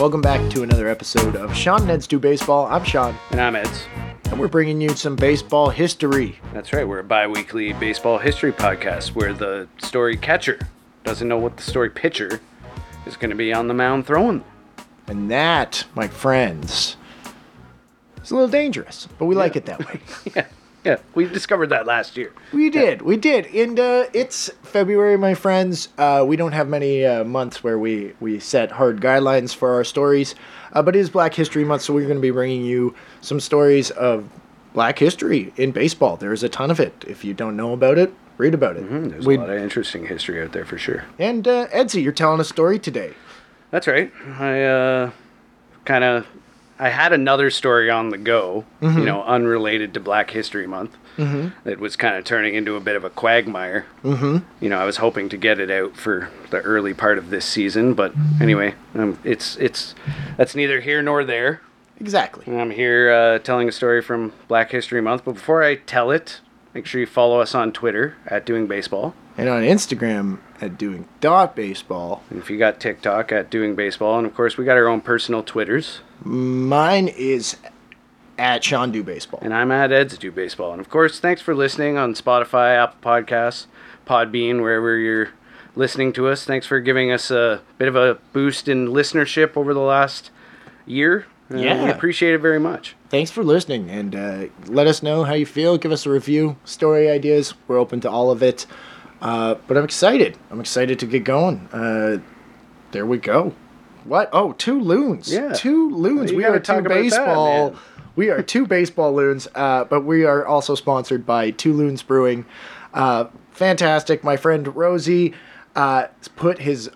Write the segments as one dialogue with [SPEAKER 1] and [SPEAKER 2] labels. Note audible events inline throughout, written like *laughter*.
[SPEAKER 1] Welcome back to another episode of Sean and Ed's Do Baseball. I'm Sean,
[SPEAKER 2] And I'm Ed's.
[SPEAKER 1] and we're bringing you some baseball history.
[SPEAKER 2] That's right, we're a bi weekly baseball history podcast where the story catcher doesn't know what the story pitcher is going to be on the mound throwing. *laughs*
[SPEAKER 1] And that, my friends, is a little dangerous, but we like it that way.
[SPEAKER 2] Yeah, yeah, we discovered that last year.
[SPEAKER 1] We did, we did. And uh, it's February, my friends. Uh, we don't have many uh, months where we, we set hard guidelines for our stories, uh, but it is Black History Month, so we're going to be bringing you some stories of black history in baseball. There's a ton of it. If you don't know about it, read about it.
[SPEAKER 2] There's
[SPEAKER 1] We-
[SPEAKER 2] a lot of interesting history out there for sure.
[SPEAKER 1] And uh, Edsy, you're telling a story today.
[SPEAKER 2] That's right. I uh, kind of I had another story on the go, you know, unrelated to Black History Month. Mm-hmm. That was kind of turning into a bit of a quagmire. Mm-hmm. You know, I was hoping to get it out for the early part of this season, but anyway, um, it's it's that's neither here nor there.
[SPEAKER 1] Exactly.
[SPEAKER 2] I'm here uh, telling a story from Black History Month, but before I tell it, make sure you follow us on Twitter at Doing Baseball.
[SPEAKER 1] And on Instagram at doing dot baseball,
[SPEAKER 2] And if you got TikTok at Doing Baseball, and of course we got our own personal Twitters.
[SPEAKER 1] mine is at Sean Do Baseball.
[SPEAKER 2] And I'm at Ed's Do Baseball. And of course, thanks for listening on Spotify, Apple Podcasts, Podbean, wherever you're listening to us. Thanks for giving us a bit of a boost in listenership over the last year. Uh,
[SPEAKER 1] Yeah.
[SPEAKER 2] We appreciate it very much.
[SPEAKER 1] Thanks for listening and uh, let us know how you feel. Give us a review, story ideas. We're open to all of it. Uh, but I'm excited. I'm excited to get going. Uh, there we go. What? Oh, two loons.
[SPEAKER 2] Yeah.
[SPEAKER 1] Two loons.
[SPEAKER 2] You
[SPEAKER 1] we
[SPEAKER 2] gotta
[SPEAKER 1] are two
[SPEAKER 2] talk about that,
[SPEAKER 1] baseball.
[SPEAKER 2] man.
[SPEAKER 1] we are two baseball loons, uh, but we are also sponsored by Two Loons Brewing. Uh, fantastic. My friend Rosie uh, put his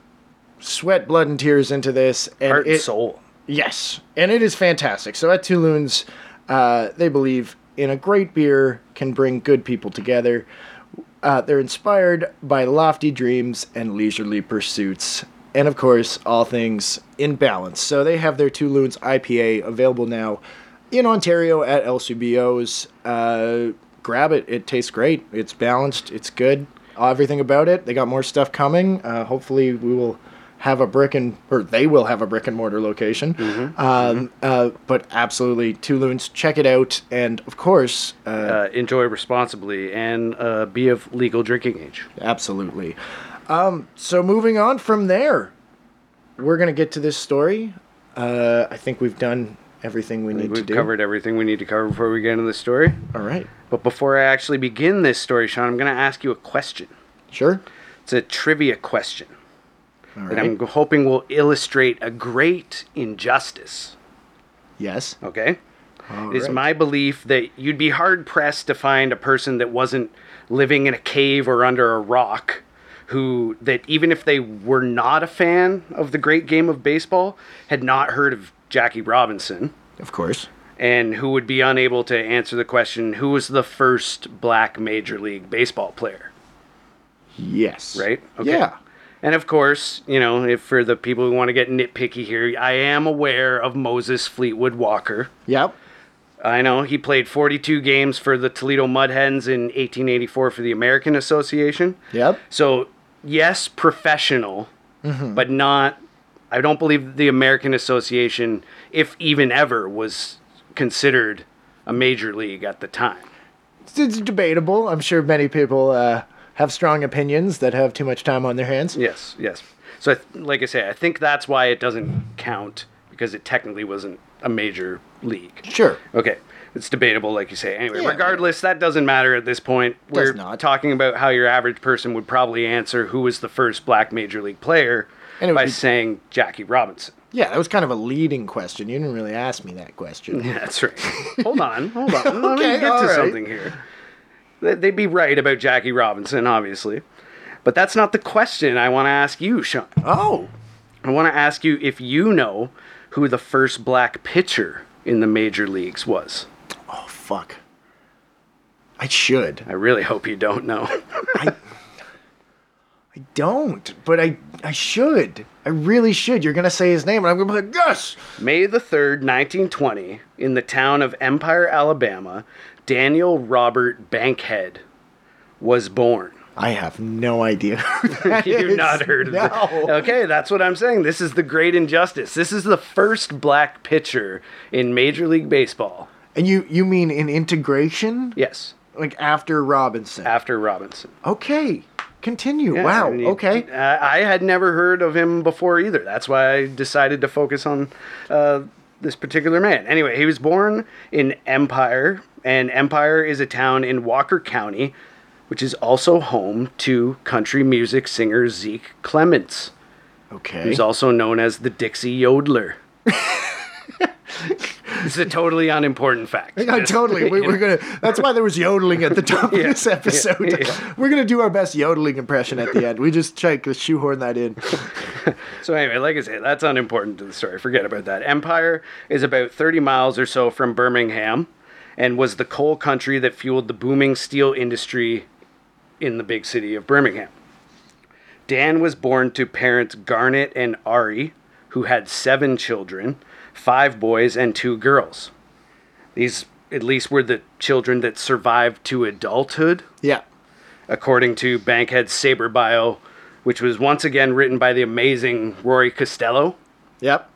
[SPEAKER 1] sweat, blood, and tears into this. And
[SPEAKER 2] Heart and
[SPEAKER 1] it-
[SPEAKER 2] soul.
[SPEAKER 1] Yes, and it is fantastic. So at Touloons, uh, they believe in a great beer can bring good people together. Uh, they're inspired by lofty dreams and leisurely pursuits, and of course, all things in balance. So they have their Touloons IPA available now in Ontario at LCBO's. Uh, grab it; it tastes great. It's balanced. It's good. Everything about it. They got more stuff coming. Uh, hopefully, we will have a brick and or they will have a brick and mortar location. Um, Uh, but absolutely, Touloons, check it out, and of course, uh,
[SPEAKER 2] Uh, enjoy responsibly and uh, be of legal drinking age.
[SPEAKER 1] absolutely. Um, so moving on from there, we're gonna get to this story. Uh, I think we've done everything we need to
[SPEAKER 2] We've
[SPEAKER 1] do.
[SPEAKER 2] covered everything we need to cover before we get into the story.
[SPEAKER 1] All right,
[SPEAKER 2] But before I actually begin this story, Sean, I'm going to ask you a question.
[SPEAKER 1] sure.
[SPEAKER 2] It's a trivia question.
[SPEAKER 1] All
[SPEAKER 2] that
[SPEAKER 1] right.
[SPEAKER 2] I'm hoping will illustrate a great injustice.
[SPEAKER 1] yes.
[SPEAKER 2] Okay?
[SPEAKER 1] All
[SPEAKER 2] It's
[SPEAKER 1] right.
[SPEAKER 2] my belief that you'd be hard pressed to find a person that wasn't living in a cave or under a rock who, that even if they were not a fan of the great game of baseball, had not heard of Jackie Robinson
[SPEAKER 1] of course.
[SPEAKER 2] and who would be unable to answer the question who was the first black Major League Baseball player?
[SPEAKER 1] Yes.
[SPEAKER 2] right?
[SPEAKER 1] Yeah.
[SPEAKER 2] And of course, you know, if for the people who want to get nitpicky here, I am aware of Moses Fleetwood Walker.
[SPEAKER 1] Yep.
[SPEAKER 2] I know he played 42 games for the Toledo Mud Hens in 1884 for the American Association.
[SPEAKER 1] Yep.
[SPEAKER 2] So, yes, professional, but not I don't believe the American Association if even ever was considered a major league at the time.
[SPEAKER 1] It's, it's debatable. I'm sure many people uh, have strong opinions that have too much time on their hands.
[SPEAKER 2] Yes, yes. So, I th- like I say, I think that's why it doesn't count because it technically wasn't a major league.
[SPEAKER 1] Sure.
[SPEAKER 2] Okay, it's debatable, like you say. Anyway,
[SPEAKER 1] Yeah.
[SPEAKER 2] regardless, that doesn't matter at this point. We're
[SPEAKER 1] not.
[SPEAKER 2] talking about how your average person would probably answer who was the first black major league player
[SPEAKER 1] And it would
[SPEAKER 2] by
[SPEAKER 1] be-
[SPEAKER 2] saying Jackie Robinson. *laughs*
[SPEAKER 1] Yeah, that was kind of a leading question. You didn't really ask me that question.
[SPEAKER 2] That's right. hold on, hold on.
[SPEAKER 1] *laughs*
[SPEAKER 2] Let
[SPEAKER 1] Okay,
[SPEAKER 2] me get
[SPEAKER 1] all
[SPEAKER 2] to
[SPEAKER 1] right.
[SPEAKER 2] something here. They- They'd be right about Jackie Robinson, obviously. But that's not the question I want to ask you, Sean.
[SPEAKER 1] Oh,
[SPEAKER 2] I want to ask you if you know who the first black pitcher in the major leagues was.
[SPEAKER 1] oh fuck. Oh, I should.
[SPEAKER 2] I really hope you don't know. *laughs*
[SPEAKER 1] I don't, but I I should. I really should. You're gonna say his name, and I'm gonna be like, yes.
[SPEAKER 2] May the 3rd, 1920, in the town of Empire, Alabama, Daniel Robert Bankhead was born. *laughs*
[SPEAKER 1] I have no idea. *laughs* who that
[SPEAKER 2] You've
[SPEAKER 1] is.
[SPEAKER 2] not heard of
[SPEAKER 1] no.
[SPEAKER 2] that. Okay, that's what I'm saying. This is the great injustice. This is the first black pitcher in Major League Baseball.
[SPEAKER 1] And you you mean in integration?
[SPEAKER 2] Yes,
[SPEAKER 1] Like after Robinson?
[SPEAKER 2] after Robinson.
[SPEAKER 1] okay. Continue.
[SPEAKER 2] Yeah,
[SPEAKER 1] wow.
[SPEAKER 2] and he- uh,
[SPEAKER 1] okay.
[SPEAKER 2] I, I had never heard of him before either. That's why I decided to focus on uh, this particular man. Anyway, he was born in Empire, and Empire is a town in Walker County, which is also home to country music singer Zeke Clements,
[SPEAKER 1] Okay. *laughs*
[SPEAKER 2] who's also known as the Dixie Yodeler. it's a totally unimportant fact.
[SPEAKER 1] No,
[SPEAKER 2] Just-
[SPEAKER 1] totally. We, we're gonna. That's why there was yodeling at the top
[SPEAKER 2] *laughs*
[SPEAKER 1] of this episode. We're gonna do our best yodeling impression at the end. We just try to shoehorn that in.
[SPEAKER 2] So anyway, like I say, that's unimportant to the story. Forget about that. Empire is about 30 miles or so from Birmingham and was the coal country that fueled the booming steel industry in the big city of Birmingham. Dan was born to parents Garnet and Ari, who had seven children, five boys and two girls. These at least were the children that survived to adulthood
[SPEAKER 1] Yeah.
[SPEAKER 2] according to Bankhead's Saber Bio, which was once again written by the amazing Rory Costello,
[SPEAKER 1] Yep.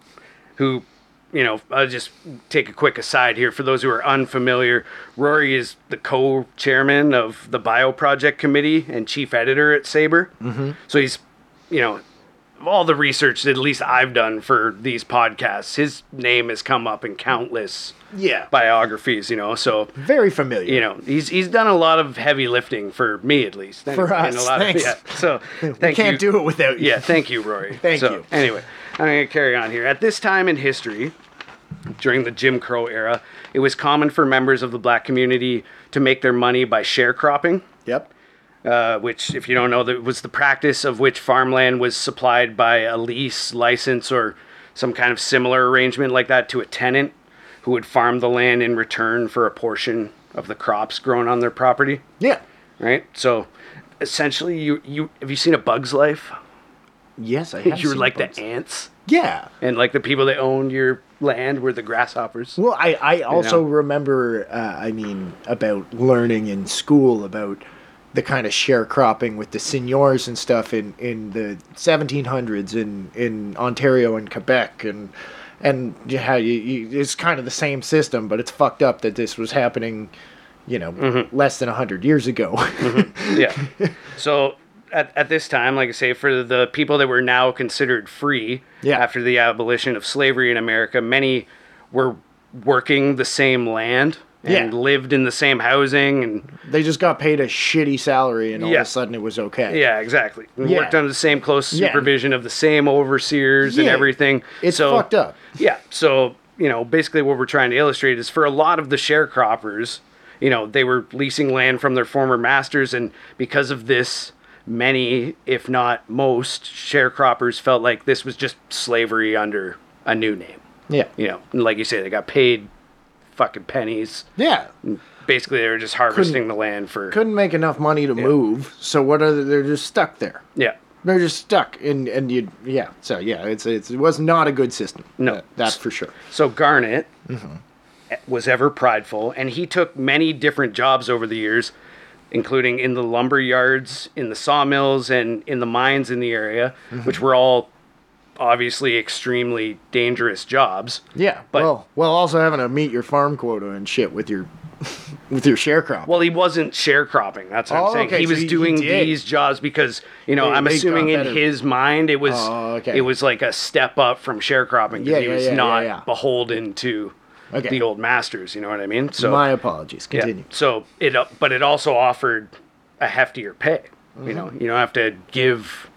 [SPEAKER 2] who, you know, I'll just take a quick aside here for those who are unfamiliar. Rory is the co chairman of the Bio Project Committee and chief editor at Saber. Mm-hmm. So he's, you know, of all the research, at least I've done for these podcasts, his name has come up in countless
[SPEAKER 1] Yeah.
[SPEAKER 2] biographies, you know. So
[SPEAKER 1] Very familiar.
[SPEAKER 2] you know, he's he's done a lot of heavy lifting for me at least.
[SPEAKER 1] For
[SPEAKER 2] And
[SPEAKER 1] us,
[SPEAKER 2] a lot of-
[SPEAKER 1] thanks.
[SPEAKER 2] yeah. So
[SPEAKER 1] *laughs* we
[SPEAKER 2] thank
[SPEAKER 1] can't
[SPEAKER 2] you.
[SPEAKER 1] do it without you.
[SPEAKER 2] Yeah, thank you, Rory.
[SPEAKER 1] *laughs* Thank
[SPEAKER 2] So,
[SPEAKER 1] you.
[SPEAKER 2] Anyway, I'm gonna carry on here. At this time in history, during the Jim Crow era, it was common for members of the black community to make their money by sharecropping
[SPEAKER 1] Yep.
[SPEAKER 2] uh, which, if you don't know, that was the practice of which farmland was supplied by a lease, license, or some kind of similar arrangement like that to a tenant who would farm the land in return for a portion of the crops grown on their property.
[SPEAKER 1] Yeah.
[SPEAKER 2] Right. So, essentially, you you have you seen a Bug's Life?
[SPEAKER 1] Yes, I have.
[SPEAKER 2] *laughs* You were
[SPEAKER 1] seen
[SPEAKER 2] like
[SPEAKER 1] bugs.
[SPEAKER 2] the ants,
[SPEAKER 1] Yeah.
[SPEAKER 2] and like the people that owned your land were the grasshoppers.
[SPEAKER 1] Well, I, I also
[SPEAKER 2] know?
[SPEAKER 1] remember, uh, I mean, about learning in school about the kind of sharecropping with the seigneurs and stuff in, in the 1700s in, in Ontario and Quebec and and you- how you, you it's kind of the same system, but it's fucked up that this was happening, you know,
[SPEAKER 2] Mm-hmm.
[SPEAKER 1] less than 100 years ago.
[SPEAKER 2] yeah. So at, at this time, like I say, for the people that were now considered free
[SPEAKER 1] Yeah.
[SPEAKER 2] after the abolition of slavery in America, many were working the same land and
[SPEAKER 1] Yeah.
[SPEAKER 2] lived in the same housing and
[SPEAKER 1] *laughs* they just got paid a shitty salary and all
[SPEAKER 2] Yeah.
[SPEAKER 1] of a sudden it was okay.
[SPEAKER 2] yeah, exactly. And
[SPEAKER 1] Yeah.
[SPEAKER 2] Worked under the same close
[SPEAKER 1] Yeah.
[SPEAKER 2] supervision of the same overseers and
[SPEAKER 1] Yeah.
[SPEAKER 2] everything.
[SPEAKER 1] It's
[SPEAKER 2] so,
[SPEAKER 1] fucked up.
[SPEAKER 2] Yeah. So, you know, basically what we're trying to illustrate is for a lot of the sharecroppers, you know, they were leasing land from their former masters. And because of this, many, if not most, sharecroppers felt like this was just slavery under a new name.
[SPEAKER 1] Yeah.
[SPEAKER 2] You know, and like you say, they got paid fucking pennies.
[SPEAKER 1] Yeah.
[SPEAKER 2] Basically, they were just harvesting the land for.
[SPEAKER 1] couldn't make enough money to move, so what are they? They're just stuck there.
[SPEAKER 2] yeah.
[SPEAKER 1] They're just stuck, and and you yeah. So yeah, it's, it's it was not a good system.
[SPEAKER 2] No.
[SPEAKER 1] That- that's for sure.
[SPEAKER 2] So Garnet
[SPEAKER 1] Mm-hmm.
[SPEAKER 2] was ever prideful, and he took many different jobs over the years, including in the lumber yards, in the sawmills, and in the mines in the area,
[SPEAKER 1] Mm-hmm.
[SPEAKER 2] which were all obviously extremely dangerous jobs.
[SPEAKER 1] Yeah,
[SPEAKER 2] But-
[SPEAKER 1] well, well, also having to meet your farm quota and shit with your *laughs* with your sharecrop.
[SPEAKER 2] Well, he wasn't sharecropping. That's what
[SPEAKER 1] Oh,
[SPEAKER 2] I'm saying.
[SPEAKER 1] okay,
[SPEAKER 2] He
[SPEAKER 1] so
[SPEAKER 2] was
[SPEAKER 1] he- he
[SPEAKER 2] doing
[SPEAKER 1] did.
[SPEAKER 2] these jobs because you know
[SPEAKER 1] They-
[SPEAKER 2] I'm
[SPEAKER 1] they got
[SPEAKER 2] assuming in
[SPEAKER 1] better.
[SPEAKER 2] his mind it was
[SPEAKER 1] Oh, okay.
[SPEAKER 2] it was like a step up from sharecropping because
[SPEAKER 1] Yeah,
[SPEAKER 2] he
[SPEAKER 1] yeah,
[SPEAKER 2] was
[SPEAKER 1] yeah, yeah,
[SPEAKER 2] not
[SPEAKER 1] yeah.
[SPEAKER 2] beholden to
[SPEAKER 1] Okay.
[SPEAKER 2] the old masters. You know what I mean? So
[SPEAKER 1] My apologies.
[SPEAKER 2] Yeah.
[SPEAKER 1] Continue.
[SPEAKER 2] So it, uh, but it also offered a heftier pay. You know,
[SPEAKER 1] Mm-hmm.
[SPEAKER 2] you don't have to give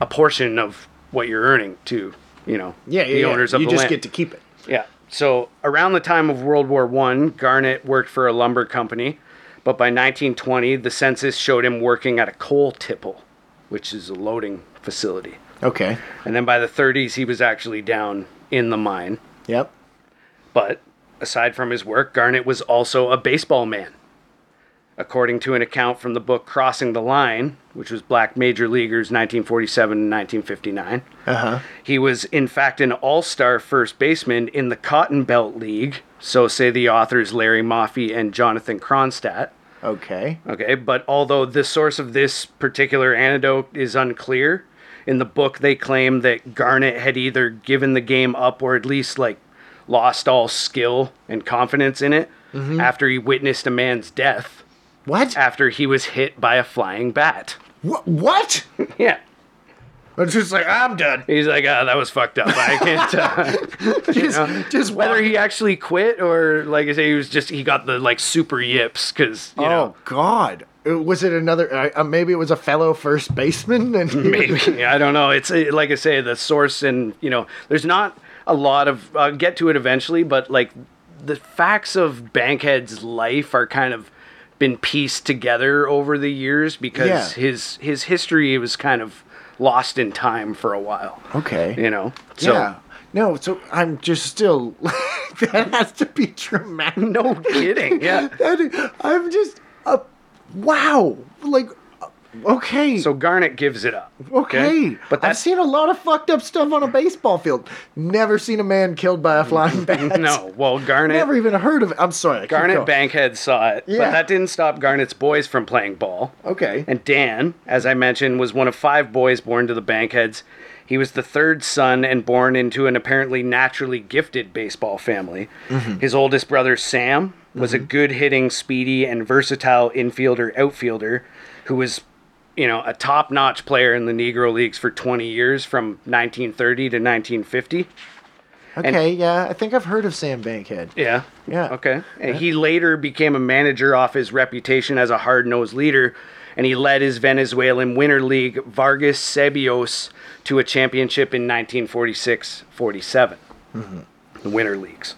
[SPEAKER 2] a portion of what you're earning to, you know,
[SPEAKER 1] Yeah, yeah.
[SPEAKER 2] the
[SPEAKER 1] yeah.
[SPEAKER 2] owners of
[SPEAKER 1] you
[SPEAKER 2] the
[SPEAKER 1] just
[SPEAKER 2] land.
[SPEAKER 1] get to keep it.
[SPEAKER 2] yeah. So around the time of World War One, Garnett worked for a lumber company, but by 1920, the census showed him working at a coal tipple, which is a loading facility.
[SPEAKER 1] Okay.
[SPEAKER 2] And then by the 30s, he was actually down in the mine.
[SPEAKER 1] Yep.
[SPEAKER 2] But aside from his work, Garnett was also a baseball man. According to an account from the book Crossing the Line, which was Black Major Leaguers 1947 and 1959,
[SPEAKER 1] Uh huh.
[SPEAKER 2] he was in fact an all star first baseman in the Cotton Belt League, so say the authors Larry Moffey and Jonathan Kronstadt.
[SPEAKER 1] Okay.
[SPEAKER 2] Okay, but although the source of this particular anecdote is unclear, in the book they claim that Garnett had either given the game up or at least like lost all skill and confidence in it after he witnessed a man's death
[SPEAKER 1] What?
[SPEAKER 2] after he was hit by a flying bat. *laughs*
[SPEAKER 1] Wh- what? *laughs*
[SPEAKER 2] Yeah.
[SPEAKER 1] It's just like I'm
[SPEAKER 2] *laughs*
[SPEAKER 1] done.
[SPEAKER 2] He's like, oh, that was fucked up. I can't. Uh,
[SPEAKER 1] Just, just
[SPEAKER 2] whether
[SPEAKER 1] walk-
[SPEAKER 2] he actually quit or, like I say, he was just he got the like super yips because you know
[SPEAKER 1] Oh God! Uh, Was it another? Uh, uh, maybe it was a fellow first baseman, *laughs* and he-
[SPEAKER 2] *laughs* maybe i don't know it's uh, like i say the source and you know there's not a lot of i'll get to it eventually but like the facts of bankhead's life are kind of been pieced together over the years because
[SPEAKER 1] Yeah.
[SPEAKER 2] his his history was kind of lost in time for a while
[SPEAKER 1] okay,
[SPEAKER 2] you know so
[SPEAKER 1] yeah, no. So I'm just still. *laughs* that has to be dramatic.
[SPEAKER 2] *laughs* no kidding yeah
[SPEAKER 1] That is- I'm just. Uh, wow! Like, uh, okay,
[SPEAKER 2] so garnet gives it up
[SPEAKER 1] okay.
[SPEAKER 2] but
[SPEAKER 1] I've
[SPEAKER 2] that's
[SPEAKER 1] seen a lot of fucked up stuff on a baseball field. Never seen a man killed by a flying bat.
[SPEAKER 2] *laughs* no well garnet
[SPEAKER 1] Never even heard of it. I'm sorry. I keep
[SPEAKER 2] garnet
[SPEAKER 1] going.
[SPEAKER 2] bankhead saw it
[SPEAKER 1] Yeah.
[SPEAKER 2] but that didn't stop garnet's boys from playing ball
[SPEAKER 1] Okay.
[SPEAKER 2] And Dan, as I mentioned, was one of five boys born to the Bankheads. He was the third son and born into an apparently naturally gifted baseball family. His oldest brother, Sam, was a good hitting, speedy, and versatile infielder outfielder who was, you know, a top notch player in the Negro Leagues for 20 years from 1930 to 1950.
[SPEAKER 1] okay. Yeah, I think I've heard of Sam Bankhead.
[SPEAKER 2] Yeah.
[SPEAKER 1] Yeah.
[SPEAKER 2] Okay. And he later became a manager off his reputation as a hard nosed leader, and he led his Venezuelan Winter League, Vargas Ceballos, to a championship in 1946 47,
[SPEAKER 1] Mm-hmm.
[SPEAKER 2] the Winter Leagues.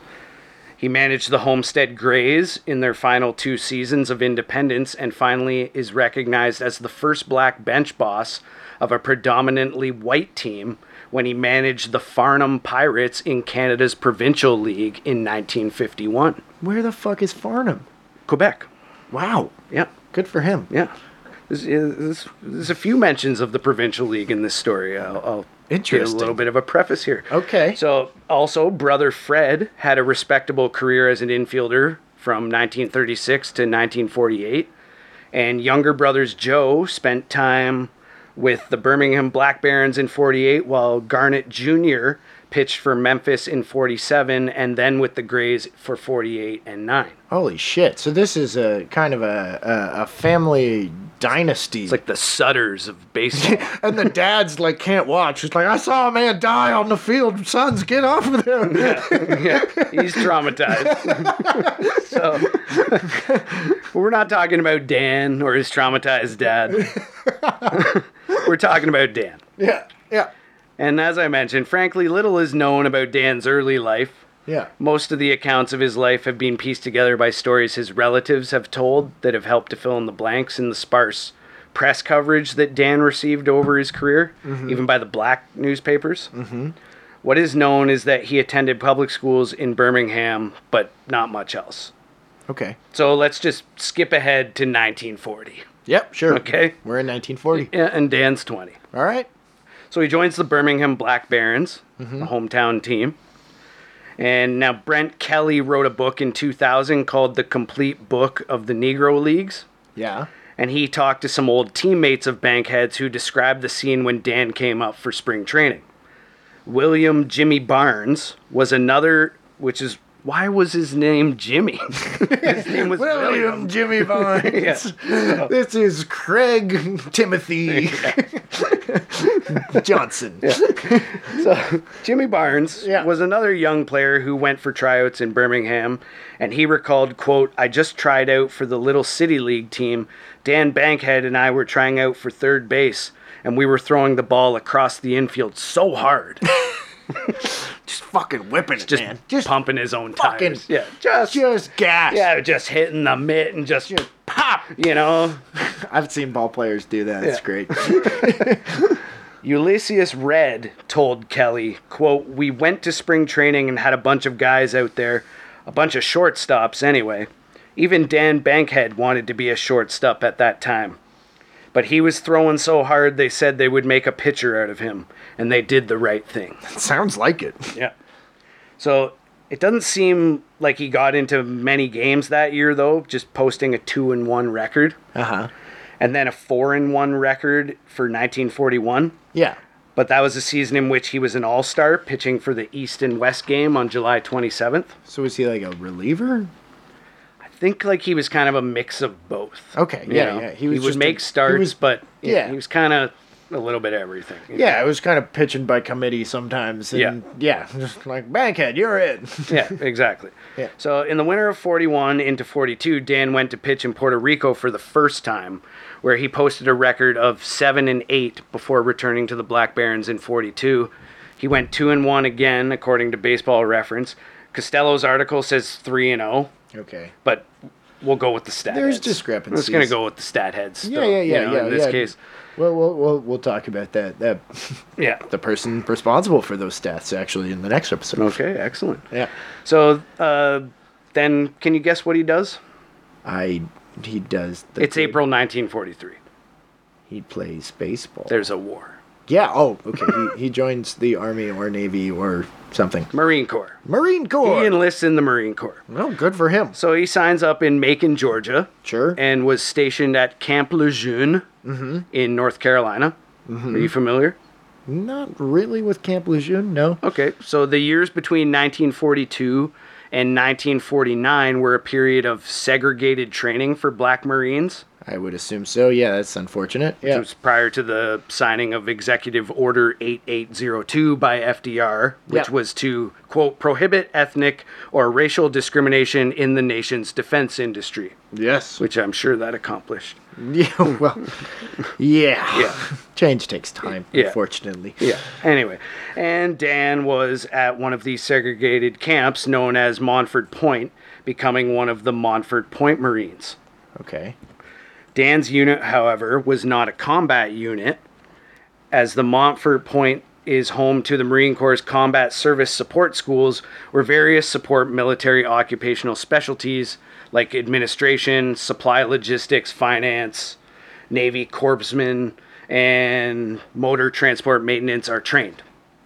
[SPEAKER 2] He managed the Homestead Grays in their final two seasons of independence and finally is recognized as the first black bench boss of a predominantly white team when he managed the Farnham Pirates in Canada's Provincial League in 1951.
[SPEAKER 1] Where the fuck is Farnham?
[SPEAKER 2] Quebec.
[SPEAKER 1] Wow.
[SPEAKER 2] Yeah,
[SPEAKER 1] Good for him.
[SPEAKER 2] yeah. There's, there's, there's a few mentions of the Provincial League in this story. I'll, I'll get a
[SPEAKER 1] Interesting.
[SPEAKER 2] little bit of a preface here.
[SPEAKER 1] Okay.
[SPEAKER 2] So, also, brother Fred had a respectable career as an infielder from 1936 to 1948. And younger brothers Joe spent time with the Birmingham Black Barons in 48, while Garnett Jr. pitched for Memphis in 47 and then with the Grays for 48
[SPEAKER 1] *laughs*
[SPEAKER 2] and 9.
[SPEAKER 1] Holy shit! So this is a kind of a a, a family dynasty.
[SPEAKER 2] It's like the Sutters of baseball.
[SPEAKER 1] and the dad's like can't watch. It's like I saw a man die on the field. Sons, get off of there.
[SPEAKER 2] *laughs* yeah, he's traumatized. so we're not talking about Dan or his traumatized dad. we're talking about Dan.
[SPEAKER 1] yeah, yeah,
[SPEAKER 2] And as I mentioned, frankly, little is known about Dan's early life.
[SPEAKER 1] yeah.
[SPEAKER 2] Most of the accounts of his life have been pieced together by stories his relatives have told that have helped to fill in the blanks in the sparse press coverage that Dan received over his career, even by the black newspapers. Mm-hmm. is known is that he attended public schools in Birmingham, but not much else.
[SPEAKER 1] Okay.
[SPEAKER 2] So let's just skip ahead to 1940.
[SPEAKER 1] Yep. Sure.
[SPEAKER 2] Okay.
[SPEAKER 1] We're in 1940.
[SPEAKER 2] Yeah, and Dan's 20.
[SPEAKER 1] All right.
[SPEAKER 2] So he joins the Birmingham Black Barons, the hometown team. And now Brent Kelly wrote a book in 2000 called The Complete Book of the Negro Leagues.
[SPEAKER 1] Yeah.
[SPEAKER 2] And he talked to some old teammates of Bankheads who described the scene when Dan came up for spring training. William Jimmy Barnes was another, which is why was his name Jimmy? *laughs* his name was William.
[SPEAKER 1] William *laughs* Jimmy Vines. This is Craig
[SPEAKER 2] *laughs*
[SPEAKER 1] Timothy *laughs* Johnson.
[SPEAKER 2] So Jimmy Barnes
[SPEAKER 1] Yeah.
[SPEAKER 2] was another young player who went for tryouts in Birmingham, and he recalled, "quote I just tried out for the little city league team. Dan Bankhead and I were trying out for third base, and we were throwing the ball across the infield
[SPEAKER 1] *laughs*
[SPEAKER 2] so hard,
[SPEAKER 1] Just fucking whipping it,
[SPEAKER 2] just
[SPEAKER 1] man. Just
[SPEAKER 2] pumping his own
[SPEAKER 1] fucking-
[SPEAKER 2] tires. Yeah, just,
[SPEAKER 1] just gas.
[SPEAKER 2] yeah, just hitting the mitt and just,
[SPEAKER 1] Just pop.
[SPEAKER 2] you know."
[SPEAKER 1] I've seen ball players do that. It's
[SPEAKER 2] Yeah.
[SPEAKER 1] *laughs* great.
[SPEAKER 2] Ulysses Red told Kelly, quote, We went to spring training and had a bunch of guys out there, a bunch of shortstops anyway. Even Dan Bankhead wanted to be a shortstop at that time. But he was throwing so hard they said they would make a pitcher out of him, and they did the right thing.
[SPEAKER 1] Sounds like it.
[SPEAKER 2] Yeah. So it doesn't seem like he got into many games that year though, just posting a two and one record
[SPEAKER 1] Uh huh.
[SPEAKER 2] and then a four and one record for 1941.
[SPEAKER 1] Yeah.
[SPEAKER 2] But that was a season in which he was an all star, pitching for the East and West game on July 27th.
[SPEAKER 1] So is he like a reliever?
[SPEAKER 2] I think like he was kind of a mix of both.
[SPEAKER 1] Okay,
[SPEAKER 2] you
[SPEAKER 1] yeah,
[SPEAKER 2] know?
[SPEAKER 1] yeah, he
[SPEAKER 2] He,
[SPEAKER 1] was
[SPEAKER 2] would
[SPEAKER 1] just a- he
[SPEAKER 2] make starts,
[SPEAKER 1] was-
[SPEAKER 2] but
[SPEAKER 1] yeah.
[SPEAKER 2] yeah, he was kind of a little bit of everything.
[SPEAKER 1] Yeah, I was kind of pitching by committee sometimes. And yeah. *laughs* Just like Bankhead, you're it. *laughs*
[SPEAKER 2] yeah, exactly.
[SPEAKER 1] Yeah.
[SPEAKER 2] So in the winter of 41 into 42, Dan went to pitch in Puerto Rico for the first time, where he posted a record of 7 and 8 before returning to the Black Barons in 42. He went 2 and 1 again according to Baseball Reference. Costello's article says 3 and oh. 0,
[SPEAKER 1] okay.
[SPEAKER 2] but we'll go with the stat.
[SPEAKER 1] There's
[SPEAKER 2] heads.
[SPEAKER 1] discrepancies.
[SPEAKER 2] I'm just going to go with the stat heads.
[SPEAKER 1] Yeah,
[SPEAKER 2] still,
[SPEAKER 1] yeah, yeah,
[SPEAKER 2] you know,
[SPEAKER 1] yeah.
[SPEAKER 2] In this
[SPEAKER 1] yeah.
[SPEAKER 2] case,
[SPEAKER 1] well, we'll we'll we'll talk about that. That *laughs*
[SPEAKER 2] yeah.
[SPEAKER 1] the person responsible for those stats actually in the next episode.
[SPEAKER 2] Okay, excellent.
[SPEAKER 1] Yeah,
[SPEAKER 2] So uh, then, can you guess what he does?
[SPEAKER 1] I he does. The,
[SPEAKER 2] It's April 1943.
[SPEAKER 1] He plays baseball.
[SPEAKER 2] There's a war.
[SPEAKER 1] Yeah. Oh, okay. he, he joins the army or navy or something.
[SPEAKER 2] Marine Corps.
[SPEAKER 1] Marine Corps.
[SPEAKER 2] He enlists in the Marine Corps.
[SPEAKER 1] well, good for him.
[SPEAKER 2] So he signs up in Macon, Georgia.
[SPEAKER 1] Sure. Mm-hmm.
[SPEAKER 2] And was stationed at Camp Lejeune in North Carolina. Are you familiar?
[SPEAKER 1] Not really with Camp Lejeune. No.
[SPEAKER 2] Okay. So the years between 1942 and 1949 were a period of segregated training for black Marines.
[SPEAKER 1] I would assume so. Yeah, that's unfortunate.
[SPEAKER 2] It
[SPEAKER 1] Yeah.
[SPEAKER 2] was prior to the signing of Executive Order 8802 by FDR, which
[SPEAKER 1] Yeah.
[SPEAKER 2] was to, quote, prohibit ethnic or racial discrimination in the nation's defense industry,
[SPEAKER 1] Yes.
[SPEAKER 2] which I'm sure that accomplished.
[SPEAKER 1] *laughs* Yeah. Well. Yeah.
[SPEAKER 2] Yeah.
[SPEAKER 1] Change takes time.
[SPEAKER 2] Yeah.
[SPEAKER 1] Unfortunately.
[SPEAKER 2] Yeah. Anyway, and Dan was at one of these segregated camps known as Montford Point, becoming one of the Montford Point Marines.
[SPEAKER 1] Okay.
[SPEAKER 2] Dan's unit, however, was not a combat unit, as the Montfort Point is home to the Marine Corps Combat Service Support Schools, where various support military occupational specialties like administration, supply logistics, finance, Navy corpsmen, and motor transport maintenance are trained.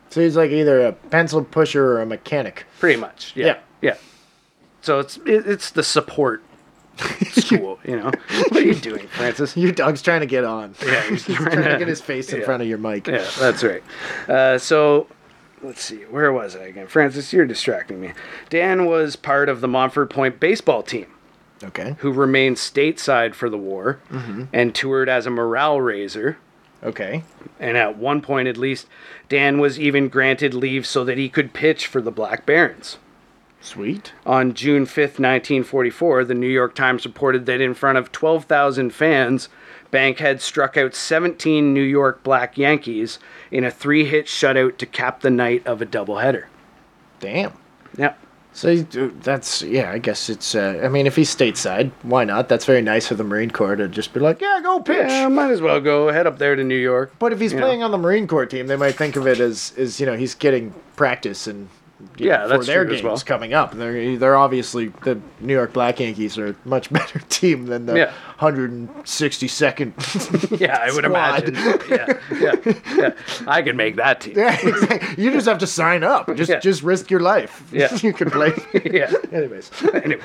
[SPEAKER 1] So he's like either a pencil pusher or a mechanic. *laughs*
[SPEAKER 2] Pretty much. Yeah.
[SPEAKER 1] Yeah.
[SPEAKER 2] Yeah. So it's it, it's the *laughs* support school, you know. what are you doing, *laughs* Francis?
[SPEAKER 1] Your dog's trying to get on. *laughs*
[SPEAKER 2] Yeah, he's
[SPEAKER 1] trying to get his face in
[SPEAKER 2] Yeah.
[SPEAKER 1] front of your mic.
[SPEAKER 2] *laughs* Yeah, that's right. Uh, so let's see, where was I again? Francis, you're distracting me. Dan was part of the Montford Point baseball team,
[SPEAKER 1] Okay.
[SPEAKER 2] who remained stateside for the war and toured as a morale raiser.
[SPEAKER 1] Okay.
[SPEAKER 2] And at one point, at least, Dan was even granted leave so that he could pitch for the Black Barons.
[SPEAKER 1] Sweet.
[SPEAKER 2] On June 5th, 1944, the New York Times reported that in front of 12,000 fans, Bankhead struck out 17 New York Black Yankees in a three hit shutout to cap the night of a doubleheader.
[SPEAKER 1] Damn.
[SPEAKER 2] Yep.
[SPEAKER 1] So you do- that's yeah. I guess it's. Uh, I mean, if he's stateside, why not? That's very nice of the Marine Corps to just be like, yeah, go pitch.
[SPEAKER 2] Yeah, might as well go head up there to New York. *laughs*
[SPEAKER 1] But if he's
[SPEAKER 2] Yeah.
[SPEAKER 1] playing on the Marine Corps team, they might think of it as as you know he's getting practice and you
[SPEAKER 2] Yeah,
[SPEAKER 1] know, for
[SPEAKER 2] that's
[SPEAKER 1] their
[SPEAKER 2] true as
[SPEAKER 1] games
[SPEAKER 2] well.
[SPEAKER 1] coming up. They're they're obviously the New York Black Yankees are a much *laughs* better team than the
[SPEAKER 2] Yeah.
[SPEAKER 1] 162nd.
[SPEAKER 2] Yeah, I
[SPEAKER 1] Squad.
[SPEAKER 2] would imagine. yeah, yeah, yeah. I could make that team.
[SPEAKER 1] yeah, exactly. *laughs* You just have to sign up. Just
[SPEAKER 2] Yeah.
[SPEAKER 1] just risk your life. *laughs*
[SPEAKER 2] Yeah.
[SPEAKER 1] you can
[SPEAKER 2] *laughs*
[SPEAKER 1] play.
[SPEAKER 2] yeah.
[SPEAKER 1] Anyways,
[SPEAKER 2] Anyways,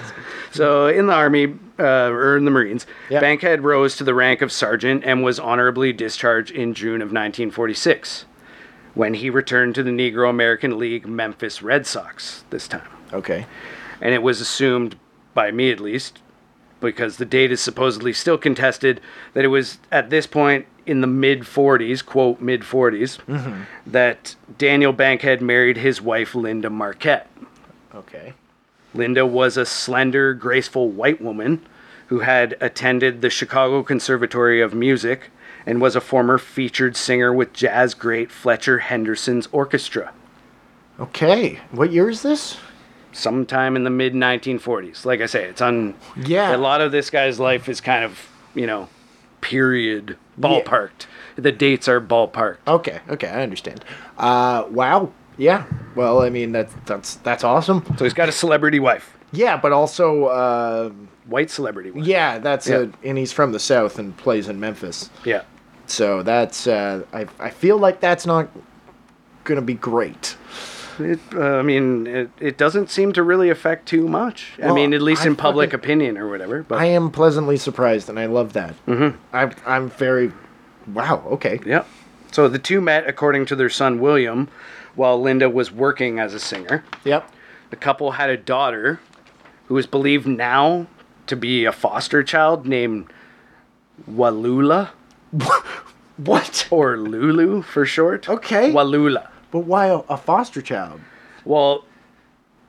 [SPEAKER 2] so in the army uh, or in the Marines,
[SPEAKER 1] Yeah.
[SPEAKER 2] Bankhead rose to the rank of sergeant and was honorably discharged in June of 1946, when he returned to the Negro American League Memphis Red Sox this time.
[SPEAKER 1] okay.
[SPEAKER 2] And it was assumed, by me at least, because the date is supposedly still contested, that it was at this point in the mid 40s, quote, mid 40s, that Daniel Bankhead married his wife, Linda Marquette.
[SPEAKER 1] Okay.
[SPEAKER 2] Linda was a slender, graceful white woman who had attended the Chicago Conservatory of Music and was a former featured singer with jazz great Fletcher Henderson's orchestra
[SPEAKER 1] Okay. What year is this?
[SPEAKER 2] sometime in the mid 1940s. Like I say, it's on
[SPEAKER 1] Yeah.
[SPEAKER 2] a lot of this guy's life is kind of, you know, period ballparked. The dates are ballparked.
[SPEAKER 1] Okay. Okay. I understand. Uh, wow. Yeah. Well, I mean that's that's that's awesome.
[SPEAKER 2] So he's got a celebrity wife.
[SPEAKER 1] Yeah, but also, uh,
[SPEAKER 2] White celebrity one.
[SPEAKER 1] yeah, that's
[SPEAKER 2] Yeah.
[SPEAKER 1] a, and he's from the South and plays in Memphis.
[SPEAKER 2] Yeah.
[SPEAKER 1] So that's, uh, I, I feel like that's not going to be great.
[SPEAKER 2] It, uh, I mean, it, it doesn't seem to really affect too much. I
[SPEAKER 1] Well,
[SPEAKER 2] mean, at least
[SPEAKER 1] I
[SPEAKER 2] in public
[SPEAKER 1] fucking-
[SPEAKER 2] opinion or whatever. But
[SPEAKER 1] I am pleasantly surprised, and I love that. Mm-hmm. I'm, I'm very, wow, okay.
[SPEAKER 2] yeah. So the two met, according to their son William, while Linda was working as a singer.
[SPEAKER 1] Yep.
[SPEAKER 2] The couple had a daughter who is believed now to be a foster child named Walula
[SPEAKER 1] What?
[SPEAKER 2] or Lulu for short.
[SPEAKER 1] Okay.
[SPEAKER 2] Walula.
[SPEAKER 1] But why a a foster child?
[SPEAKER 2] Well,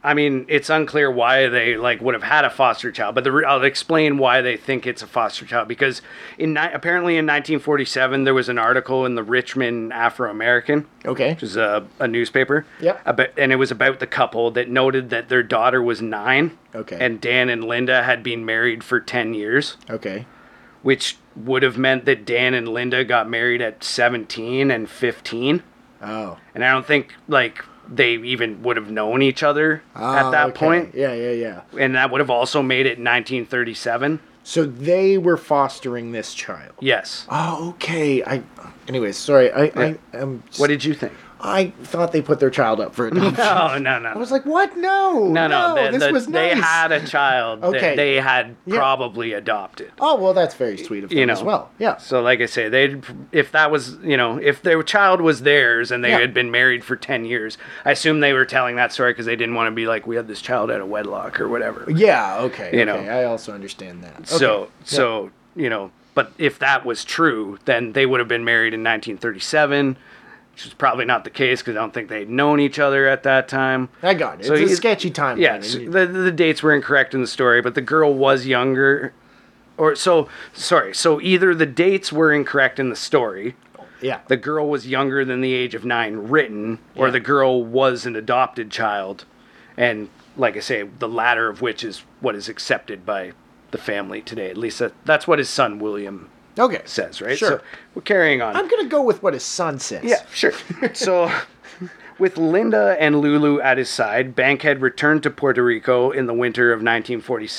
[SPEAKER 2] I mean, it's unclear why they like would have had a foster child, but the, re- I'll explain why they think it's a foster child because in ni- apparently in 1947 there was an article in the Richmond Afro American,
[SPEAKER 1] Okay.
[SPEAKER 2] which is a, a newspaper.
[SPEAKER 1] Yep.
[SPEAKER 2] About, and it was about the couple that noted that their daughter was nine.
[SPEAKER 1] Okay.
[SPEAKER 2] And Dan and Linda had been married for 10 years,
[SPEAKER 1] Okay.
[SPEAKER 2] which would have meant that Dan and Linda got married at 17 and 15
[SPEAKER 1] Oh.
[SPEAKER 2] and I don't think like they even would have known each other
[SPEAKER 1] Ah,
[SPEAKER 2] at that
[SPEAKER 1] okay.
[SPEAKER 2] point.
[SPEAKER 1] Yeah, yeah, yeah.
[SPEAKER 2] and that would have also made it 1937.
[SPEAKER 1] So they were fostering this child.
[SPEAKER 2] Yes.
[SPEAKER 1] Oh, okay. I. Anyways, sorry. I. I am.
[SPEAKER 2] What did you
[SPEAKER 1] *laughs*
[SPEAKER 2] think?
[SPEAKER 1] I thought they put their child up for
[SPEAKER 2] *laughs*
[SPEAKER 1] adoption.
[SPEAKER 2] Oh no no.
[SPEAKER 1] I was like, what? No.
[SPEAKER 2] no, no, the-
[SPEAKER 1] this
[SPEAKER 2] the-
[SPEAKER 1] was nice.
[SPEAKER 2] They had a child
[SPEAKER 1] Okay.
[SPEAKER 2] that they had
[SPEAKER 1] Yeah.
[SPEAKER 2] probably adopted.
[SPEAKER 1] oh well, that's very sweet of them
[SPEAKER 2] You know.
[SPEAKER 1] as well. Yeah.
[SPEAKER 2] So, like I say, they if that was you know if their child was theirs and they
[SPEAKER 1] Yeah.
[SPEAKER 2] had been married for ten years, I assume they were telling that story because they didn't want to be like we had this child out of wedlock or whatever.
[SPEAKER 1] Yeah. Okay.
[SPEAKER 2] You
[SPEAKER 1] okay.
[SPEAKER 2] know.
[SPEAKER 1] I also understand that. Okay.
[SPEAKER 2] So
[SPEAKER 1] Yeah.
[SPEAKER 2] so you know, but if that was true, then they would have been married in 1937, which is probably not the case because I don't think they'd known each other at that time.
[SPEAKER 1] I got it.
[SPEAKER 2] so
[SPEAKER 1] it's a
[SPEAKER 2] he's-
[SPEAKER 1] sketchy time.
[SPEAKER 2] Yes, the the dates were incorrect in the story, but the girl was younger. Or so sorry. So either the dates were incorrect in the story,
[SPEAKER 1] yeah.
[SPEAKER 2] the girl was younger than the age of nine written, or
[SPEAKER 1] Yeah.
[SPEAKER 2] the girl was an adopted child, and like I say, the latter of which is what is accepted by the family today. At least that, that's what his son William
[SPEAKER 1] okay.
[SPEAKER 2] says, right?
[SPEAKER 1] Sure.
[SPEAKER 2] So we're carrying on.
[SPEAKER 1] I'm gonna go with what his son says.
[SPEAKER 2] yeah, sure.
[SPEAKER 1] *laughs*
[SPEAKER 2] so with Linda and Lulu at his side, Bankhead returned to Puerto Rico in the winter of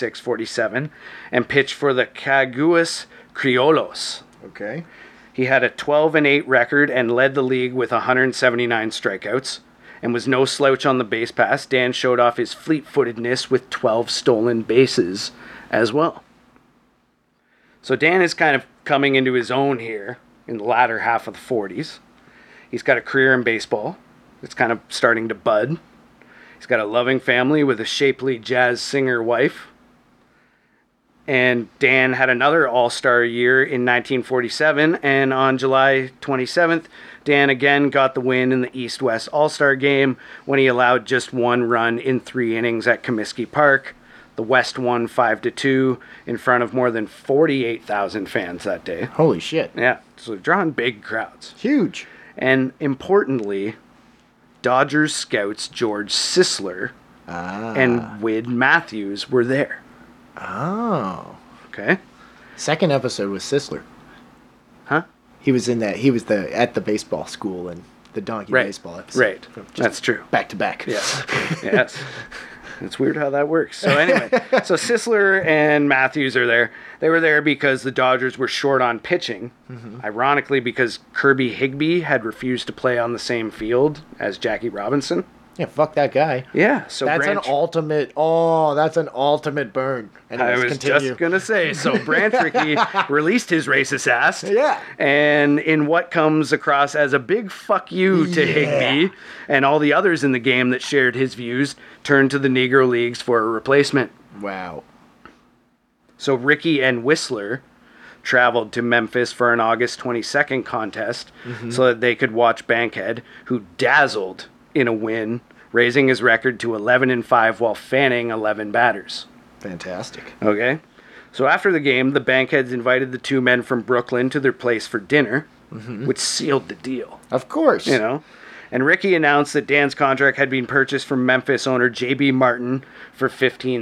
[SPEAKER 2] 1946-47 and pitched for the Caguas Criollos.
[SPEAKER 1] Okay.
[SPEAKER 2] He had a 12 and 8 record and led the league with 179 strikeouts and was no slouch on the base pass. Dan showed off his fleet-footedness with 12 stolen bases as well. So Dan is kind of coming into his own here in the latter half of the 40s. He's got a career in baseball. It's kind of starting to bud. He's got a loving family with a shapely jazz singer wife. And Dan had another All Star year in 1947. And on July 27th, Dan again got the win in the East West All Star game when he allowed just one run in three innings at Comiskey Park. The West won 5 to 2 in front of more than 48,000 fans that day.
[SPEAKER 1] Holy shit.
[SPEAKER 2] Yeah, so drawing big crowds.
[SPEAKER 1] Huge.
[SPEAKER 2] And importantly, Dodgers scouts George Sisler
[SPEAKER 1] Ah.
[SPEAKER 2] and Wid Matthews were there.
[SPEAKER 1] Oh.
[SPEAKER 2] Okay?
[SPEAKER 1] Second episode was Sisler.
[SPEAKER 2] Huh?
[SPEAKER 1] He was in that. He was the at the baseball school and the donkey
[SPEAKER 2] Right.
[SPEAKER 1] baseball episode.
[SPEAKER 2] Right.
[SPEAKER 1] Just
[SPEAKER 2] That's true.
[SPEAKER 1] Back to back.
[SPEAKER 2] Yes. *laughs* yes. It's weird how that works. So
[SPEAKER 1] *laughs*
[SPEAKER 2] anyway, so Sisler and Matthews are there. They were there because the Dodgers were short on pitching.
[SPEAKER 1] Mm-hmm.
[SPEAKER 2] Ironically, because Kirby Higbee had refused to play on the same field as Jackie Robinson.
[SPEAKER 1] *laughs* Yeah. Fuck that guy.
[SPEAKER 2] Yeah. So
[SPEAKER 1] That's
[SPEAKER 2] Branch,
[SPEAKER 1] an ultimate. Oh, that's an ultimate burn. And
[SPEAKER 2] I was just gonna say. So Branch Rickey
[SPEAKER 1] *laughs*
[SPEAKER 2] released his racist ass.
[SPEAKER 1] Yeah.
[SPEAKER 2] And in what comes across as a big fuck you to
[SPEAKER 1] Yeah.
[SPEAKER 2] Higby and all the others in the game that shared his views, turned to the Negro Leagues for a replacement.
[SPEAKER 1] Wow.
[SPEAKER 2] So Ricky and Whistler traveled to Memphis for an August 22nd contest
[SPEAKER 1] Mm-hmm.
[SPEAKER 2] so that they could watch Bankhead, who dazzled in a win, raising his record to 11 and 5 while fanning 11 batters.
[SPEAKER 1] Fantastic.
[SPEAKER 2] Okay. So after the game, the Bankheads invited the two men from Brooklyn to their place for dinner, which sealed the deal,
[SPEAKER 1] Of course.
[SPEAKER 2] you know. And Ricky announced that Dan's contract had been purchased from Memphis owner J.B. Martin for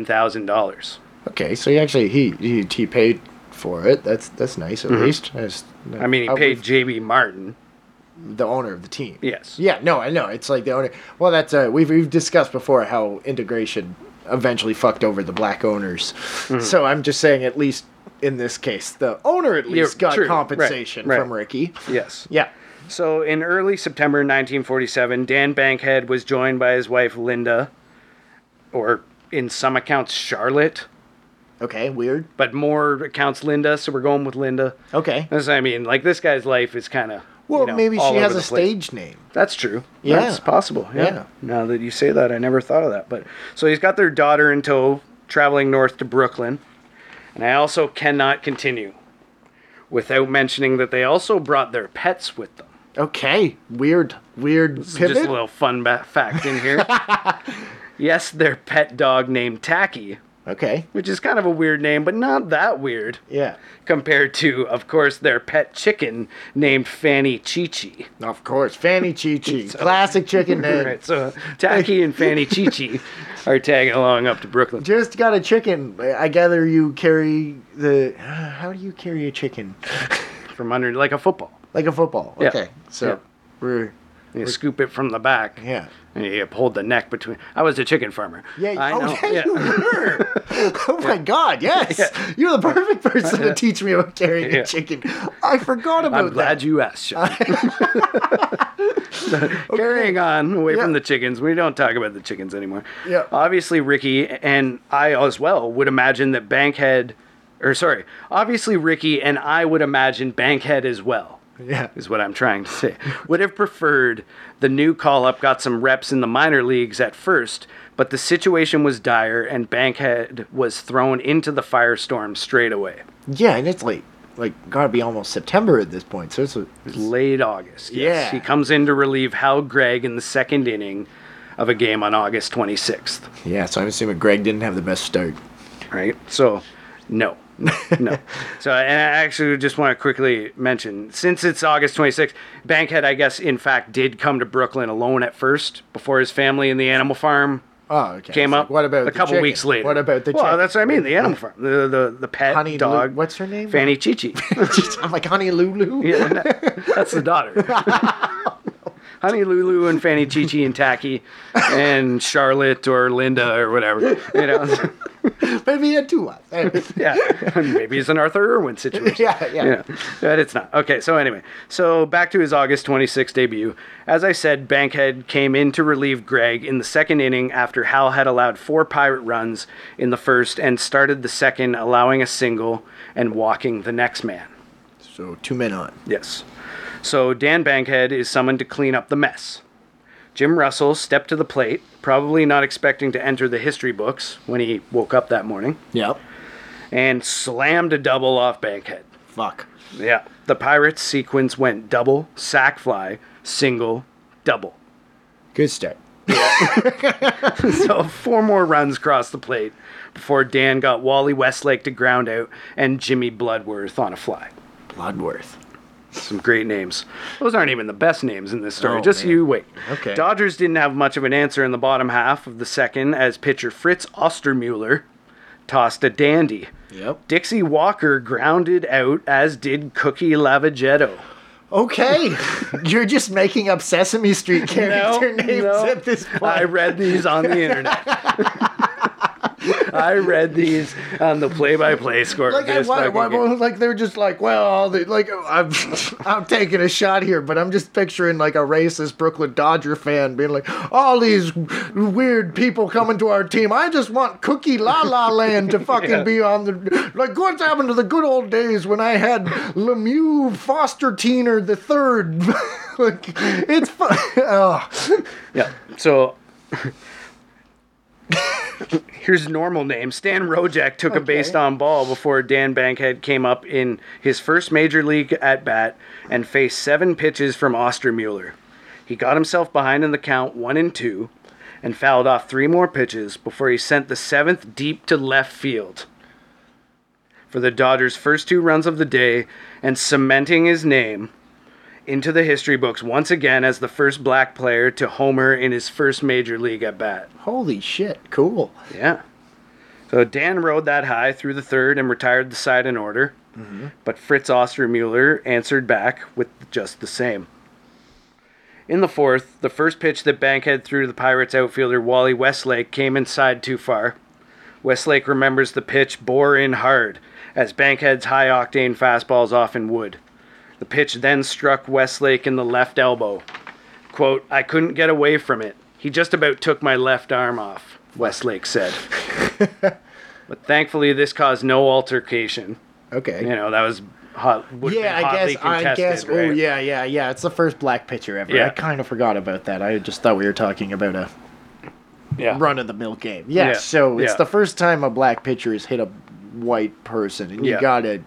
[SPEAKER 2] $15,000.
[SPEAKER 1] Okay. So he actually he he, he paid for it. That's that's nice at least. I, just-
[SPEAKER 2] Mm-hmm. I mean, he
[SPEAKER 1] would-
[SPEAKER 2] paid J.B. Martin.
[SPEAKER 1] the owner of the team.
[SPEAKER 2] Yes.
[SPEAKER 1] Yeah, no, I know. It's like the owner. Well, that's uh, we've we've discussed before how integration eventually fucked over the black owners.
[SPEAKER 2] Mm-hmm.
[SPEAKER 1] So I'm just saying, at least in this case, the owner at least got
[SPEAKER 2] true, right,
[SPEAKER 1] compensation
[SPEAKER 2] right.
[SPEAKER 1] from Ricky.
[SPEAKER 2] Yes.
[SPEAKER 1] Yeah.
[SPEAKER 2] So in early September 1947, Dan Bankhead was joined by his wife Linda, or in some accounts Charlotte,
[SPEAKER 1] Okay. Weird.
[SPEAKER 2] but more accounts Linda. So we're going with Linda.
[SPEAKER 1] Okay.
[SPEAKER 2] That's what I mean. Like this guy's life is kind of
[SPEAKER 1] Well,
[SPEAKER 2] you Uh, know,
[SPEAKER 1] maybe
[SPEAKER 2] all
[SPEAKER 1] she has
[SPEAKER 2] over
[SPEAKER 1] a
[SPEAKER 2] the place.
[SPEAKER 1] stage name.
[SPEAKER 2] That's true.
[SPEAKER 1] Yeah.
[SPEAKER 2] That's possible. Yeah.
[SPEAKER 1] Yeah.
[SPEAKER 2] Now that you say that, I never thought of that. But so he's got their daughter in tow, traveling north to Brooklyn. And I also cannot continue without mentioning that they also brought their pets with them.
[SPEAKER 1] Okay. Weird. Weird pivot.
[SPEAKER 2] Just a little fun ba- fact
[SPEAKER 1] *laughs*
[SPEAKER 2] in here. yes, their pet dog named Tacky,
[SPEAKER 1] okay.
[SPEAKER 2] which is kind of a weird name, but not that weird
[SPEAKER 1] Yeah.
[SPEAKER 2] compared to, of course, their pet chicken named Fanny Chi Chi.
[SPEAKER 1] Of course. Fanny Chi Chi. Classic chicken name.
[SPEAKER 2] Right, so Tacky and Fanny
[SPEAKER 1] *laughs*
[SPEAKER 2] Chi Chi are tagging along up to Brooklyn.
[SPEAKER 1] Just got a chicken. I gather you carry the. *sighs* How do you carry a chicken?
[SPEAKER 2] from under like a football.
[SPEAKER 1] Like a football.
[SPEAKER 2] Yeah.
[SPEAKER 1] Okay. So
[SPEAKER 2] Yeah.
[SPEAKER 1] we're.
[SPEAKER 2] You scoop it from the back.
[SPEAKER 1] Yeah.
[SPEAKER 2] And you hold the neck between. I was a chicken farmer.
[SPEAKER 1] Yeah,
[SPEAKER 2] I
[SPEAKER 1] oh,
[SPEAKER 2] know.
[SPEAKER 1] yeah, you
[SPEAKER 2] *laughs*
[SPEAKER 1] were. oh my God, yes. You're the perfect person to teach me about carrying
[SPEAKER 2] Yeah.
[SPEAKER 1] a chicken. I forgot about
[SPEAKER 2] I'm glad
[SPEAKER 1] that.
[SPEAKER 2] you
[SPEAKER 1] *laughs*
[SPEAKER 2] asked. Sean. *laughs* So, Carrying on away from
[SPEAKER 1] Yeah.
[SPEAKER 2] the chickens, we don't talk about the chickens anymore.
[SPEAKER 1] Yeah.
[SPEAKER 2] Obviously, Ricky and I as well would imagine that Bankhead, or sorry, obviously Ricky and I would imagine Bankhead as well.
[SPEAKER 1] Yeah.
[SPEAKER 2] is what I'm trying to say. Would have preferred the new call up got some reps in the minor leagues at first, but the situation was dire and Bankhead was thrown into the firestorm straight away.
[SPEAKER 1] Yeah, and it's late. Like, gotta be almost September at this point. So it's a,
[SPEAKER 2] Late August. Yes.
[SPEAKER 1] Yeah.
[SPEAKER 2] He comes in to relieve Hal Gregg in the second inning of a game on August 26th,
[SPEAKER 1] yeah, so I'm assuming Greg didn't have the best start.
[SPEAKER 2] right? So,
[SPEAKER 1] *laughs*
[SPEAKER 2] no. no. So, and I actually just want to quickly mention since it's August 26th, Bankhead, I guess, in fact, did come to Brooklyn alone at first before his family and the animal farm
[SPEAKER 1] Oh, okay.
[SPEAKER 2] came
[SPEAKER 1] So
[SPEAKER 2] up
[SPEAKER 1] What about
[SPEAKER 2] a
[SPEAKER 1] the
[SPEAKER 2] couple
[SPEAKER 1] chicken?
[SPEAKER 2] weeks later.
[SPEAKER 1] What about the
[SPEAKER 2] well,
[SPEAKER 1] chicken?
[SPEAKER 2] that's what I mean. The animal farm, the the, the pet
[SPEAKER 1] Honey
[SPEAKER 2] dog.
[SPEAKER 1] Lou- what's her name?
[SPEAKER 2] Fanny Chi Chi.
[SPEAKER 1] *laughs* I'm like, honey, Lulu?
[SPEAKER 2] *laughs* Yeah, no, that's
[SPEAKER 1] *laughs*
[SPEAKER 2] the daughter. Honey Lulu and Fanny Chi Chi and Tacky and Charlotte or Linda or whatever. You know, *laughs*
[SPEAKER 1] Maybe he had two *laughs* lots.
[SPEAKER 2] yeah. Maybe it's an Arthur Irwin situation.
[SPEAKER 1] Yeah,
[SPEAKER 2] *laughs*
[SPEAKER 1] yeah.
[SPEAKER 2] But it's not. Okay, so anyway. So back to his August 26th debut. As I said, Bankhead came in to relieve Greg in the second inning after Hal had allowed four pirate runs in the first and started the second, allowing a single and walking the next man.
[SPEAKER 1] so two men on.
[SPEAKER 2] Yes. So Dan Bankhead is summoned to clean up the mess. Jim Russell stepped to the plate, probably not expecting to enter the history books when he woke up that morning,
[SPEAKER 1] Yep.
[SPEAKER 2] and slammed a double off Bankhead.
[SPEAKER 1] Fuck.
[SPEAKER 2] Yeah. The Pirates sequence went double, sack fly, single, double.
[SPEAKER 1] Good start.
[SPEAKER 2] *laughs*
[SPEAKER 1] *laughs*
[SPEAKER 2] So four more runs crossed the plate before Dan got Wally Westlake to ground out and Jimmy Bloodworth on a fly.
[SPEAKER 1] Bloodworth.
[SPEAKER 2] Some great names. Those aren't even the best names in this story.
[SPEAKER 1] Oh,
[SPEAKER 2] Just
[SPEAKER 1] man.
[SPEAKER 2] you wait.
[SPEAKER 1] Okay.
[SPEAKER 2] Dodgers didn't have much of an answer in the bottom half of the second as pitcher Fritz Ostermuller tossed a dandy.
[SPEAKER 1] Yep.
[SPEAKER 2] Dixie Walker grounded out, as did Cookie Lavagetto.
[SPEAKER 1] Okay, *laughs* you're just making up Sesame Street character *laughs* names at this point.
[SPEAKER 2] *laughs* I read these on the internet. *laughs* I read these on the play-by-play score.
[SPEAKER 1] like,
[SPEAKER 2] of
[SPEAKER 1] I,
[SPEAKER 2] this
[SPEAKER 1] why,
[SPEAKER 2] fucking
[SPEAKER 1] why,
[SPEAKER 2] game.
[SPEAKER 1] like they're just like, well, they, like I'm, *laughs* I'm taking a shot here, but I'm just picturing like a racist Brooklyn Dodger fan being like, all these weird people coming to our team. I just want Cookie La La Land to fucking be on the like. What's happened to the good old days when I had Lemieux Foster Teener the third? *laughs* like, it's fu- *laughs* oh.
[SPEAKER 2] Yeah. So *laughs* here's normal name. Stan Rojak took a based on ball before Dan Bankhead came up in his first major league at bat and faced seven pitches from Ostermuller. He got himself behind in the count one and two and fouled off three more pitches before he sent the seventh deep to left field for the Dodgers' first two runs of the day and cementing his name into the history books once again as the first black player to homer in his first major league at bat.
[SPEAKER 1] holy shit, cool.
[SPEAKER 2] Yeah. So Dan rode that high through the third and retired the side in order, but Fritz Ostermuller answered back with just the same. In the fourth, the first pitch that Bankhead threw to the Pirates outfielder Wally Westlake came inside too far. Westlake remembers the pitch bore in hard, as Bankhead's high octane fastballs often would. The pitch then struck Westlake in the left elbow. Quote, I couldn't get away from it. He just about took my left arm off,
[SPEAKER 1] *laughs*
[SPEAKER 2] Westlake said. but thankfully, this caused no altercation.
[SPEAKER 1] Okay.
[SPEAKER 2] You know, that was hot. would've
[SPEAKER 1] Yeah,
[SPEAKER 2] been
[SPEAKER 1] I
[SPEAKER 2] hotly
[SPEAKER 1] guess. I guess.
[SPEAKER 2] contested, right?
[SPEAKER 1] Oh, yeah, yeah, yeah. It's the first black pitcher ever.
[SPEAKER 2] Yeah.
[SPEAKER 1] I kind of forgot about that. I just thought we were talking about a
[SPEAKER 2] yeah.
[SPEAKER 1] run of the mill game. Yeah,
[SPEAKER 2] Yeah,
[SPEAKER 1] So it's
[SPEAKER 2] yeah.
[SPEAKER 1] the first time a black pitcher has hit a white person, and you
[SPEAKER 2] Yeah.
[SPEAKER 1] gotta,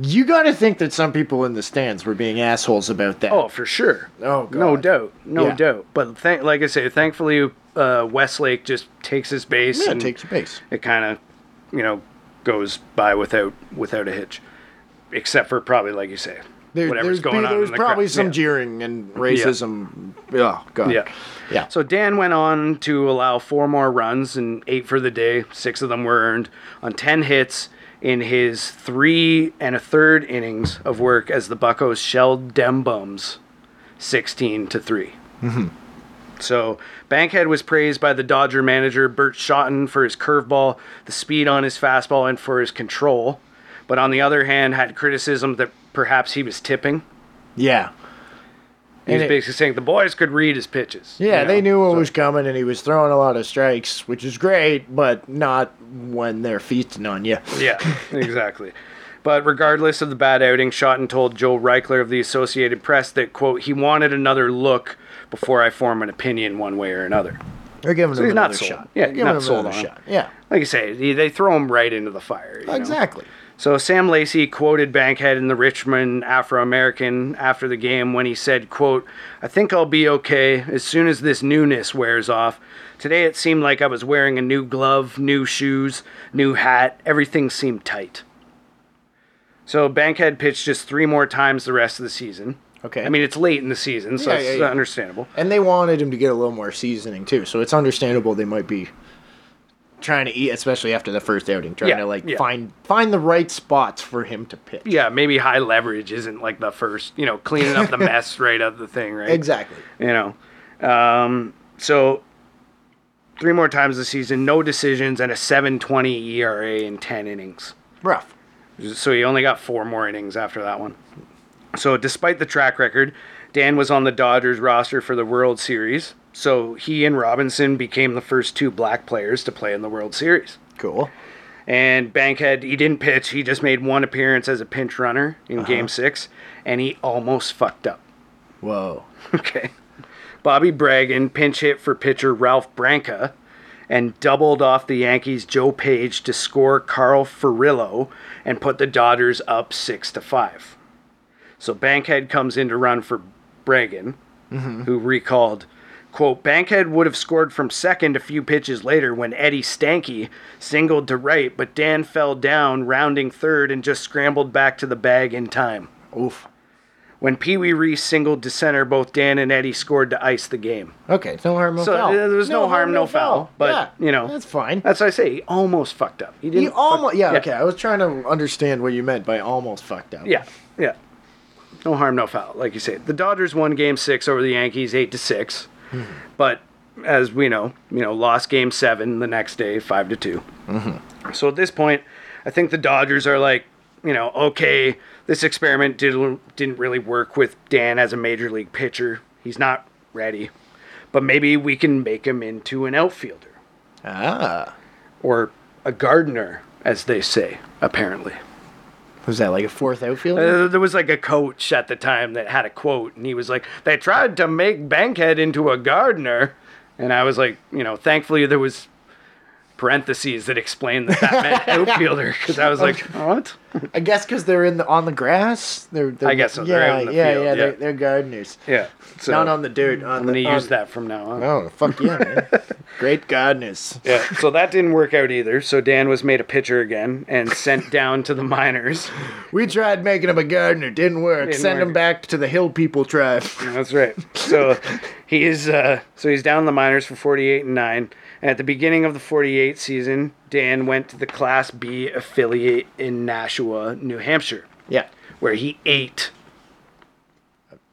[SPEAKER 1] you gotta think that some people in the stands were being assholes about that.
[SPEAKER 2] Oh, for sure.
[SPEAKER 1] Oh,
[SPEAKER 2] no
[SPEAKER 1] God.
[SPEAKER 2] doubt, no
[SPEAKER 1] Yeah.
[SPEAKER 2] doubt. But thank, like I say, thankfully, uh, Westlake just takes his base
[SPEAKER 1] yeah,
[SPEAKER 2] and
[SPEAKER 1] take your base.
[SPEAKER 2] it kind of, you know, goes by without without a hitch, except for probably like you say,
[SPEAKER 1] There, there's
[SPEAKER 2] whatever's going
[SPEAKER 1] be-
[SPEAKER 2] on. in
[SPEAKER 1] there's
[SPEAKER 2] the
[SPEAKER 1] probably
[SPEAKER 2] crowd.
[SPEAKER 1] some
[SPEAKER 2] Yeah.
[SPEAKER 1] jeering and racism. Oh god.
[SPEAKER 2] Yeah.
[SPEAKER 1] Yeah.
[SPEAKER 2] So Dan went on to allow four more runs and eight for the day. Six of them were earned on 10 hits in his three and a third innings of work as the Buckos shelled Dem Bums 16 to 3.
[SPEAKER 1] Mm-hmm.
[SPEAKER 2] So Bankhead was praised by the Dodger manager Bert Schotten for his curveball, the speed on his fastball, and for his control. But on the other hand, had criticism that perhaps he was tipping.
[SPEAKER 1] Yeah.
[SPEAKER 2] He
[SPEAKER 1] And
[SPEAKER 2] was
[SPEAKER 1] it-
[SPEAKER 2] basically saying the boys could read his pitches.
[SPEAKER 1] Yeah,
[SPEAKER 2] you know,
[SPEAKER 1] they knew what
[SPEAKER 2] so-
[SPEAKER 1] was coming, and he was throwing a lot of strikes, which is great, but not when they're feasting on you.
[SPEAKER 2] Yeah, exactly. But regardless of the bad outing, Schotten told Joe Reichler of the Associated Press that, quote, he wanted another look before I form an opinion one way or another.
[SPEAKER 1] They're giving him
[SPEAKER 2] he's not
[SPEAKER 1] another
[SPEAKER 2] sold.
[SPEAKER 1] shot.
[SPEAKER 2] Yeah,
[SPEAKER 1] They're giving
[SPEAKER 2] not
[SPEAKER 1] him
[SPEAKER 2] sold
[SPEAKER 1] another
[SPEAKER 2] on.
[SPEAKER 1] shot. Yeah,
[SPEAKER 2] Like you say, they- they throw him right into the fire. you know?
[SPEAKER 1] exactly.
[SPEAKER 2] So Sam Lacey quoted Bankhead in the Richmond Afro-American after the game when he said, quote, I think I'll be okay as soon as this newness wears off. Today it seemed like I was wearing a new glove, new shoes, new hat. Everything seemed tight. So Bankhead pitched just three more times the rest of the season.
[SPEAKER 1] Okay.
[SPEAKER 2] I mean, it's late in the season, so
[SPEAKER 1] Yeah,
[SPEAKER 2] it's
[SPEAKER 1] yeah, yeah.
[SPEAKER 2] understandable.
[SPEAKER 1] And they wanted him to get a little more seasoning too, so it's understandable they might be trying to eat, especially after the first outing, trying
[SPEAKER 2] Yeah,
[SPEAKER 1] to like
[SPEAKER 2] yeah.
[SPEAKER 1] find find the right spots for him to pitch.
[SPEAKER 2] Yeah, maybe high leverage isn't like the first, you know, cleaning
[SPEAKER 1] *laughs*
[SPEAKER 2] up the mess right out of the thing, right?
[SPEAKER 1] Exactly.
[SPEAKER 2] you know. Um, so three more times this season, no decisions and a 7.20 ERA in 10 innings.
[SPEAKER 1] Rough.
[SPEAKER 2] So he only got four more innings after that one. So despite the track record, Dan was on the Dodgers roster for the World Series. So he and Robinson became the first two black players to play in the World Series.
[SPEAKER 1] Cool.
[SPEAKER 2] And Bankhead, he didn't pitch. He just made one appearance as a pinch runner in game six, and he almost fucked up.
[SPEAKER 1] Whoa.
[SPEAKER 2] *laughs* Okay. Bobby Bragan pinch hit for pitcher Ralph Branca and doubled off the Yankees Joe Page to score Carl Ferrillo and put the Dodgers up 6 to 5. So Bankhead comes in to run for Bragan, who recalled Quote, Bankhead would have scored from second a few pitches later when Eddie Stanky singled to right, but Dan fell down, rounding third, and just scrambled back to the bag in time.
[SPEAKER 1] Oof.
[SPEAKER 2] When Pee Wee Reese singled to center, both Dan and Eddie scored to ice the game.
[SPEAKER 1] Okay. No harm, no
[SPEAKER 2] So
[SPEAKER 1] foul.
[SPEAKER 2] uh, there was no, harm, no foul. But
[SPEAKER 1] Yeah,
[SPEAKER 2] you know,
[SPEAKER 1] that's fine.
[SPEAKER 2] That's what I say. He almost fucked up. He didn't.
[SPEAKER 1] You almost.
[SPEAKER 2] fuck-
[SPEAKER 1] Yeah, Okay. I was trying to understand what you meant by almost fucked up.
[SPEAKER 2] Yeah. Yeah. No harm, no foul. Like you say, the Dodgers won Game Six over the Yankees, eight to six. But as we know, you know, lost Game Seven the next day, five to 2 So at this point, I think the Dodgers are like, you know, okay, this experiment did, didn't really work with Dan as a major league pitcher. He's not ready, but maybe we can make him into an outfielder
[SPEAKER 1] Ah.
[SPEAKER 2] or a gardener, as they say, apparently.
[SPEAKER 1] Was that like a fourth outfielder?
[SPEAKER 2] Uh, there was like a coach at the time that had a quote, and he was like, "They tried to make Bankhead into a gardener," and I was like, you know, thankfully there was parentheses that explained that that *laughs* meant outfielder because I was like, what?
[SPEAKER 1] I guess because they're in the on the grass. They're, they're
[SPEAKER 2] I guess so.
[SPEAKER 1] Yeah,
[SPEAKER 2] They're out in the
[SPEAKER 1] yeah,
[SPEAKER 2] field,
[SPEAKER 1] yeah, They're,
[SPEAKER 2] yeah.
[SPEAKER 1] they're gardeners.
[SPEAKER 2] Yeah, so
[SPEAKER 1] Not on the dirt. On
[SPEAKER 2] I'm
[SPEAKER 1] the.
[SPEAKER 2] gonna
[SPEAKER 1] on-
[SPEAKER 2] use that from now on.
[SPEAKER 1] Oh fuck yeah, man!
[SPEAKER 2] *laughs*
[SPEAKER 1] Great gardeners.
[SPEAKER 2] Yeah, so that didn't work out either. So Dan was made a pitcher again and sent down to the minors.
[SPEAKER 1] We tried making him a gardener, didn't work.
[SPEAKER 2] Didn't
[SPEAKER 1] Send
[SPEAKER 2] work.
[SPEAKER 1] him back to the hill people
[SPEAKER 2] *laughs*
[SPEAKER 1] tribe.
[SPEAKER 2] That's right. So he's uh, so he's down in the minors for 48 and 9. And at the beginning of the 48 season, Dan went to the Class B affiliate in Nashua, New Hampshire,
[SPEAKER 1] yeah.
[SPEAKER 2] where he ate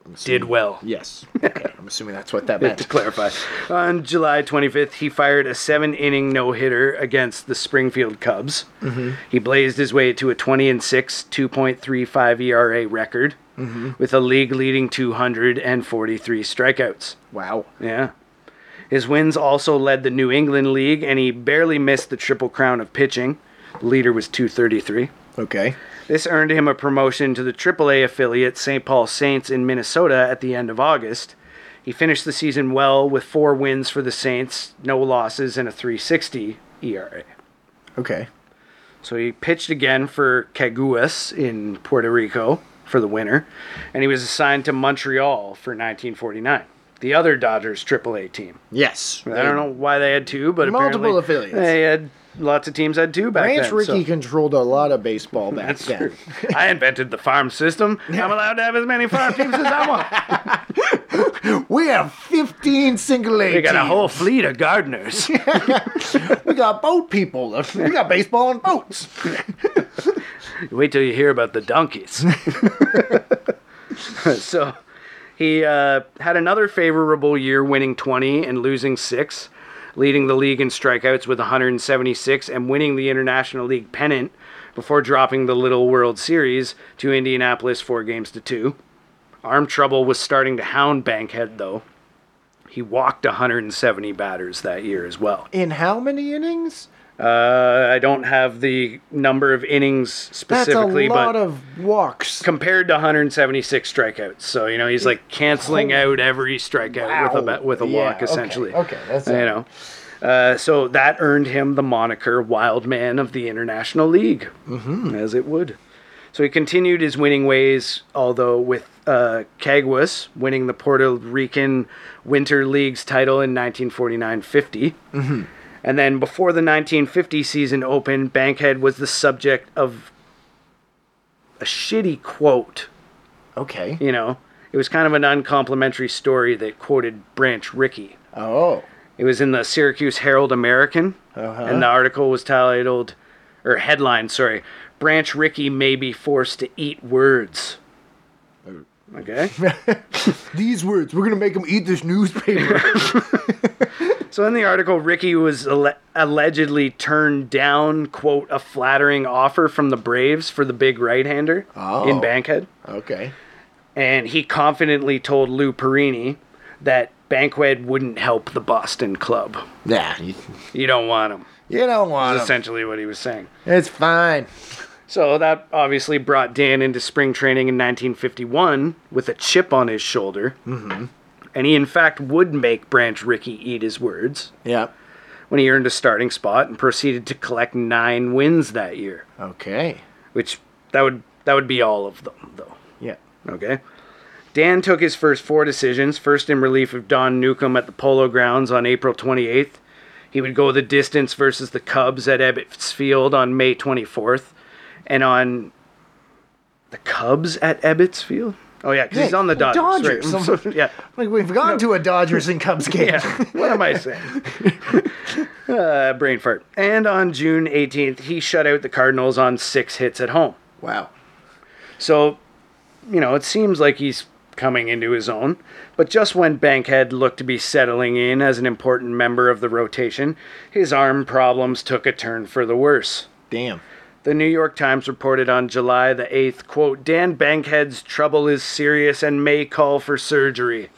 [SPEAKER 1] I'm assuming-
[SPEAKER 2] did well.
[SPEAKER 1] Yes. Okay. I'm assuming that's what that meant.
[SPEAKER 2] to clarify. On July 25th, he fired a seven inning no hitter against the Springfield Cubs. He blazed his way to a 20 and 6, 2.35 ERA E record with a league leading 243 strikeouts.
[SPEAKER 1] Wow.
[SPEAKER 2] Yeah. His wins also led the New England League, and he barely missed the Triple Crown of pitching. The leader was 233.
[SPEAKER 1] Okay.
[SPEAKER 2] This earned him a promotion to the AAA affiliate St. Paul Saints in Minnesota at the end of August. He finished the season well with four wins for the Saints, no losses, and a 360 ERA.
[SPEAKER 1] Okay.
[SPEAKER 2] So he pitched again for Caguas in Puerto Rico for the winner, and he was assigned to Montreal for 1949, the other Dodgers AAA team.
[SPEAKER 1] Yes.
[SPEAKER 2] I don't know why they had two, but
[SPEAKER 1] Multiple
[SPEAKER 2] apparently
[SPEAKER 1] affiliates.
[SPEAKER 2] They had lots of teams had two back
[SPEAKER 1] Ranch
[SPEAKER 2] then. so-
[SPEAKER 1] Rickey controlled a lot of baseball back
[SPEAKER 2] *laughs* that's
[SPEAKER 1] then.
[SPEAKER 2] true. I invented the
[SPEAKER 1] *laughs*
[SPEAKER 2] farm system. I'm allowed to have as many farm teams as I want.
[SPEAKER 1] We have 15 single A
[SPEAKER 2] We got a
[SPEAKER 1] teams.
[SPEAKER 2] whole fleet of gardeners.
[SPEAKER 1] We got boat people. We got baseball and boats.
[SPEAKER 2] Wait till you hear about the
[SPEAKER 1] *laughs*
[SPEAKER 2] donkeys. *laughs* so he uh, had another favorable year, winning 20 and losing six, leading the league in strikeouts with 176 and winning the International League pennant before dropping the Little World Series to Indianapolis four games to two. Arm trouble was starting to hound Bankhead, though. He walked 170 batters that year as well.
[SPEAKER 1] In how many innings?
[SPEAKER 2] Uh, I don't have the number of innings
[SPEAKER 1] That's a
[SPEAKER 2] specifically, but
[SPEAKER 1] lot of walks.
[SPEAKER 2] compared to 176 strikeouts. So you know he's like canceling out every strikeout with a
[SPEAKER 1] Wow.
[SPEAKER 2] ba- with a
[SPEAKER 1] Yeah,
[SPEAKER 2] walk
[SPEAKER 1] okay,
[SPEAKER 2] essentially.
[SPEAKER 1] okay, that's
[SPEAKER 2] you
[SPEAKER 1] it.
[SPEAKER 2] know. Uh, so that earned him the moniker Wild Man of the International League, mm-hmm. as it would. So he continued his winning ways, although with uh, Caguas winning the Puerto Rican Winter League's title in 1949 50.
[SPEAKER 1] Mm-hmm.
[SPEAKER 2] And then before the 1950 season opened, Bankhead was the subject of a shitty quote
[SPEAKER 1] Okay.
[SPEAKER 2] you know, it was kind of an uncomplimentary story that quoted Branch Rickey.
[SPEAKER 1] Oh.
[SPEAKER 2] It was in the Syracuse Herald American,
[SPEAKER 1] Uh-huh.
[SPEAKER 2] and the article was titled, or headline, sorry, Branch Rickey may be forced to eat words.
[SPEAKER 1] *laughs*
[SPEAKER 2] Okay.
[SPEAKER 1] These words, we're going to make them eat this newspaper. *laughs*
[SPEAKER 2] so in the article, Rickey was alle- allegedly turned down, quote, a flattering offer from the Braves for the big right hander
[SPEAKER 1] Oh.
[SPEAKER 2] in Bankhead.
[SPEAKER 1] okay.
[SPEAKER 2] and he confidently told Lou Perini that Banquet wouldn't help the Boston club.
[SPEAKER 1] Yeah. You,
[SPEAKER 2] You don't want him.
[SPEAKER 1] you don't want
[SPEAKER 2] Is
[SPEAKER 1] 'em.
[SPEAKER 2] essentially what he was saying.
[SPEAKER 1] It's fine.
[SPEAKER 2] So that obviously brought Dan into spring training in 1951 with a chip on his shoulder. Mm-hmm. And he, in fact, would make Branch Rickey eat his words
[SPEAKER 1] Yeah.
[SPEAKER 2] when he earned a starting spot and proceeded to collect nine wins that year,
[SPEAKER 1] Okay.
[SPEAKER 2] which that would that would be all of them though.
[SPEAKER 1] Yeah.
[SPEAKER 2] Okay. Dan took his first four decisions, first in relief of Don Newcomb at the Polo Grounds on April 28th. He would go the distance versus the Cubs at Ebbets Field on May 24th. And on the Cubs at Ebbets Field? Oh, yeah, 'cause he's
[SPEAKER 1] Yeah,
[SPEAKER 2] on the Dodgers.
[SPEAKER 1] Dodgers.
[SPEAKER 2] right? So, yeah.
[SPEAKER 1] Like, we've gone to a Dodgers and Cubs game.
[SPEAKER 2] Yeah. *laughs* What am I saying? uh, brain fart. And on June 18th, he shut out the Cardinals on six hits at home.
[SPEAKER 1] *laughs* Wow.
[SPEAKER 2] So, you know, it seems like he's coming into his own. But just when Bankhead looked to be settling in as an important member of the rotation, his arm problems took a turn for the worse.
[SPEAKER 1] Damn.
[SPEAKER 2] The New York Times reported on July the 8th, quote, Dan Bankhead's trouble is serious and may call for surgery.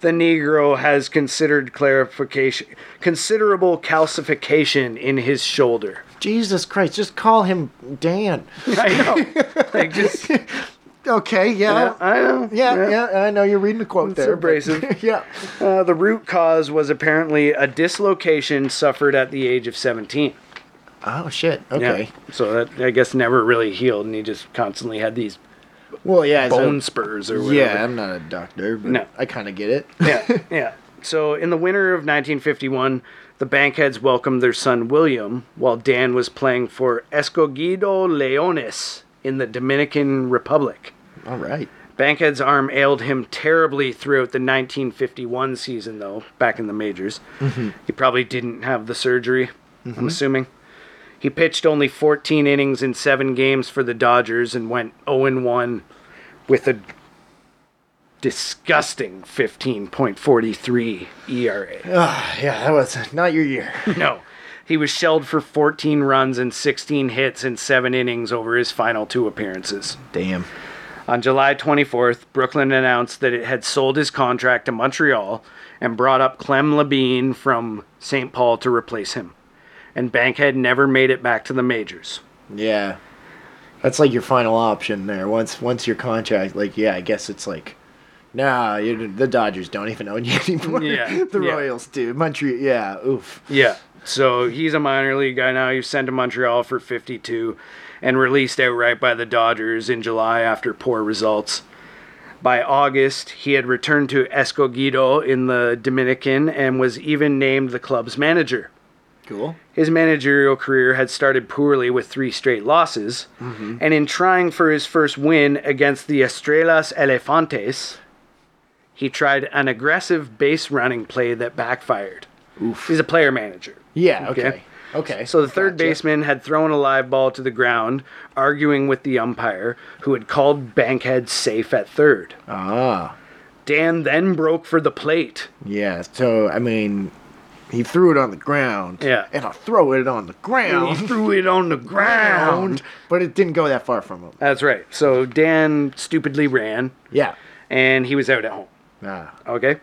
[SPEAKER 2] The Negro has considered clarification, considerable calcification in his shoulder.
[SPEAKER 1] Jesus Christ. Just call him Dan.
[SPEAKER 2] I know. *laughs* like just,
[SPEAKER 1] Okay. Yeah.
[SPEAKER 2] I know.
[SPEAKER 1] Yeah. Yeah. I know you're reading the quote
[SPEAKER 2] It's
[SPEAKER 1] there. but- *laughs*
[SPEAKER 2] abrasive.
[SPEAKER 1] yeah.
[SPEAKER 2] Uh, the root cause was apparently a dislocation suffered at the age of 17.
[SPEAKER 1] Oh, shit.
[SPEAKER 2] Yeah.
[SPEAKER 1] Okay.
[SPEAKER 2] So that, I guess, never really healed, and he just constantly had these
[SPEAKER 1] Well, yeah. so-
[SPEAKER 2] bone spurs or whatever.
[SPEAKER 1] yeah, I'm not a doctor, but
[SPEAKER 2] No.
[SPEAKER 1] I kind of get it.
[SPEAKER 2] yeah, yeah. So in the winter of 1951, the Bankheads welcomed their son William, while Dan was playing for Escogido Leones in the Dominican Republic.
[SPEAKER 1] *laughs* All right.
[SPEAKER 2] Bankhead's arm ailed him terribly throughout the 1951 season, though, back in the majors. He probably didn't have the surgery, I'm assuming. He pitched only 14 innings in oh seven games for the Dodgers and went 0 1 with a disgusting 15.43 ERA.
[SPEAKER 1] Ah, yeah, that was not your year.
[SPEAKER 2] E No. He was shelled for 14 runs and 16 hits in seven innings over his final two appearances.
[SPEAKER 1] *laughs* Damn.
[SPEAKER 2] On July 24th, Brooklyn announced that it had sold his contract to Montreal and brought up Clem Labine from St. Paul to replace him. And Bankhead never made it back to the majors.
[SPEAKER 1] Yeah. That's like your final option there. Once once your contract, like, yeah, I guess it's like, nah, you, the Dodgers don't even own you *laughs* anymore.
[SPEAKER 2] Yeah,
[SPEAKER 1] the
[SPEAKER 2] yeah.
[SPEAKER 1] Royals do. Montreal, yeah, oof.
[SPEAKER 2] Yeah. So he's a minor league guy now. He's sent to Montreal for 52 and released outright by the Dodgers in July after poor results. By August, he had returned to Escogido in the Dominican and was even named the club's manager.
[SPEAKER 1] Cool.
[SPEAKER 2] His managerial career had started poorly with three straight losses,
[SPEAKER 1] Mm-hmm.
[SPEAKER 2] and in trying for his first win against the Estrellas Elefantes, he tried an aggressive base running play that backfired.
[SPEAKER 1] Oof.
[SPEAKER 2] He's a player manager.
[SPEAKER 1] Yeah, okay.
[SPEAKER 2] Okay.
[SPEAKER 1] Okay.
[SPEAKER 2] So the third
[SPEAKER 1] Gotcha.
[SPEAKER 2] baseman had thrown a live ball to the ground, arguing with the umpire, who had called Bankhead safe at third.
[SPEAKER 1] Ah,
[SPEAKER 2] Dan then broke for the plate.
[SPEAKER 1] yeah. So, I mean, he threw it on the ground.
[SPEAKER 2] Yeah.
[SPEAKER 1] And I'll throw it on the
[SPEAKER 2] He
[SPEAKER 1] *laughs* ground.
[SPEAKER 2] threw it on the ground.
[SPEAKER 1] But it didn't go that far from him.
[SPEAKER 2] That's right. So Dan stupidly ran,
[SPEAKER 1] Yeah.
[SPEAKER 2] and he was out at home.
[SPEAKER 1] Ah.
[SPEAKER 2] Okay.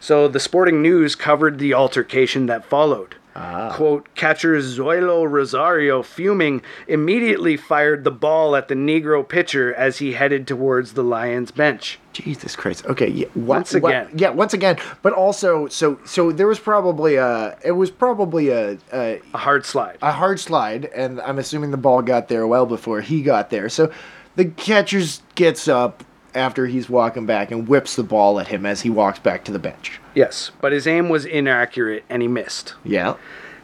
[SPEAKER 2] So the sporting news covered the altercation that followed.
[SPEAKER 1] Ah.
[SPEAKER 2] Quote, catcher Zoilo Rosario, fuming, immediately fired the ball at the Negro pitcher as he headed towards the Lions bench.
[SPEAKER 1] Jesus Christ. Okay. Yeah. what-
[SPEAKER 2] Once
[SPEAKER 1] what-
[SPEAKER 2] again.
[SPEAKER 1] yeah. Once again. But also, so so there was probably a it was probably a a,
[SPEAKER 2] A hard slide.
[SPEAKER 1] a hard slide, and I'm assuming the ball got there well before he got there. So the catcher gets up after he's walking back and whips the ball at him as he walks back to the bench.
[SPEAKER 2] yes, but his aim was inaccurate and he missed.
[SPEAKER 1] Yeah.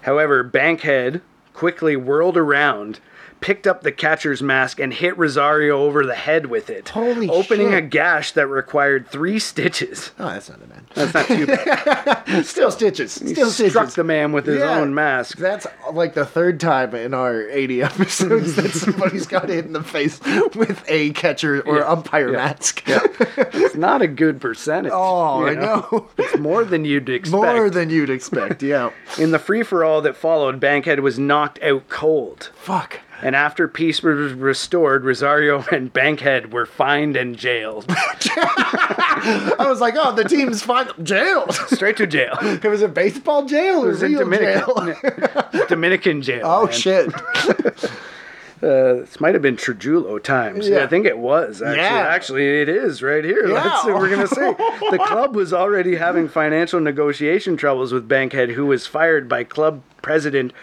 [SPEAKER 2] However, Bankhead quickly whirled around, picked up the catcher's mask, and hit Rosario over the head with it,
[SPEAKER 1] Holy
[SPEAKER 2] opening
[SPEAKER 1] shit.
[SPEAKER 2] a gash that required three stitches.
[SPEAKER 1] Oh, that's not that bad.
[SPEAKER 2] That's not too bad.
[SPEAKER 1] Still stitches. Still stitches.
[SPEAKER 2] struck the man with his
[SPEAKER 1] Yeah.
[SPEAKER 2] own mask.
[SPEAKER 1] That's like the third time in our 80 episodes
[SPEAKER 2] *laughs*
[SPEAKER 1] that somebody's got hit in the face with a catcher or umpire mask.
[SPEAKER 2] It's not a good percentage.
[SPEAKER 1] *laughs* Oh,
[SPEAKER 2] you
[SPEAKER 1] I know.
[SPEAKER 2] *laughs* It's more than you'd expect.
[SPEAKER 1] More than you'd
[SPEAKER 2] *laughs*
[SPEAKER 1] expect, yeah.
[SPEAKER 2] In the free for all that followed, Bankhead was knocked out cold.
[SPEAKER 1] Fuck.
[SPEAKER 2] And after peace was restored, Rosario *laughs* and Bankhead were fined and jailed.
[SPEAKER 1] I was like, oh, the team's fine. Jailed.
[SPEAKER 2] Straight to jail.
[SPEAKER 1] *laughs*
[SPEAKER 2] It
[SPEAKER 1] It was a baseball jail or
[SPEAKER 2] was in
[SPEAKER 1] real
[SPEAKER 2] Dominican.
[SPEAKER 1] jail?
[SPEAKER 2] Dominican
[SPEAKER 1] *laughs*
[SPEAKER 2] jail.
[SPEAKER 1] Oh,
[SPEAKER 2] man. *laughs*
[SPEAKER 1] shit.
[SPEAKER 2] Uh, this might have been Trijulo times. Yeah.
[SPEAKER 1] Yeah.
[SPEAKER 2] I think it was. Actually,
[SPEAKER 1] Yeah.
[SPEAKER 2] actually it is right here.
[SPEAKER 1] Yeah.
[SPEAKER 2] That's what we're gonna say.
[SPEAKER 1] *laughs*
[SPEAKER 2] The club was already having financial negotiation troubles with Bankhead, who was fired by club president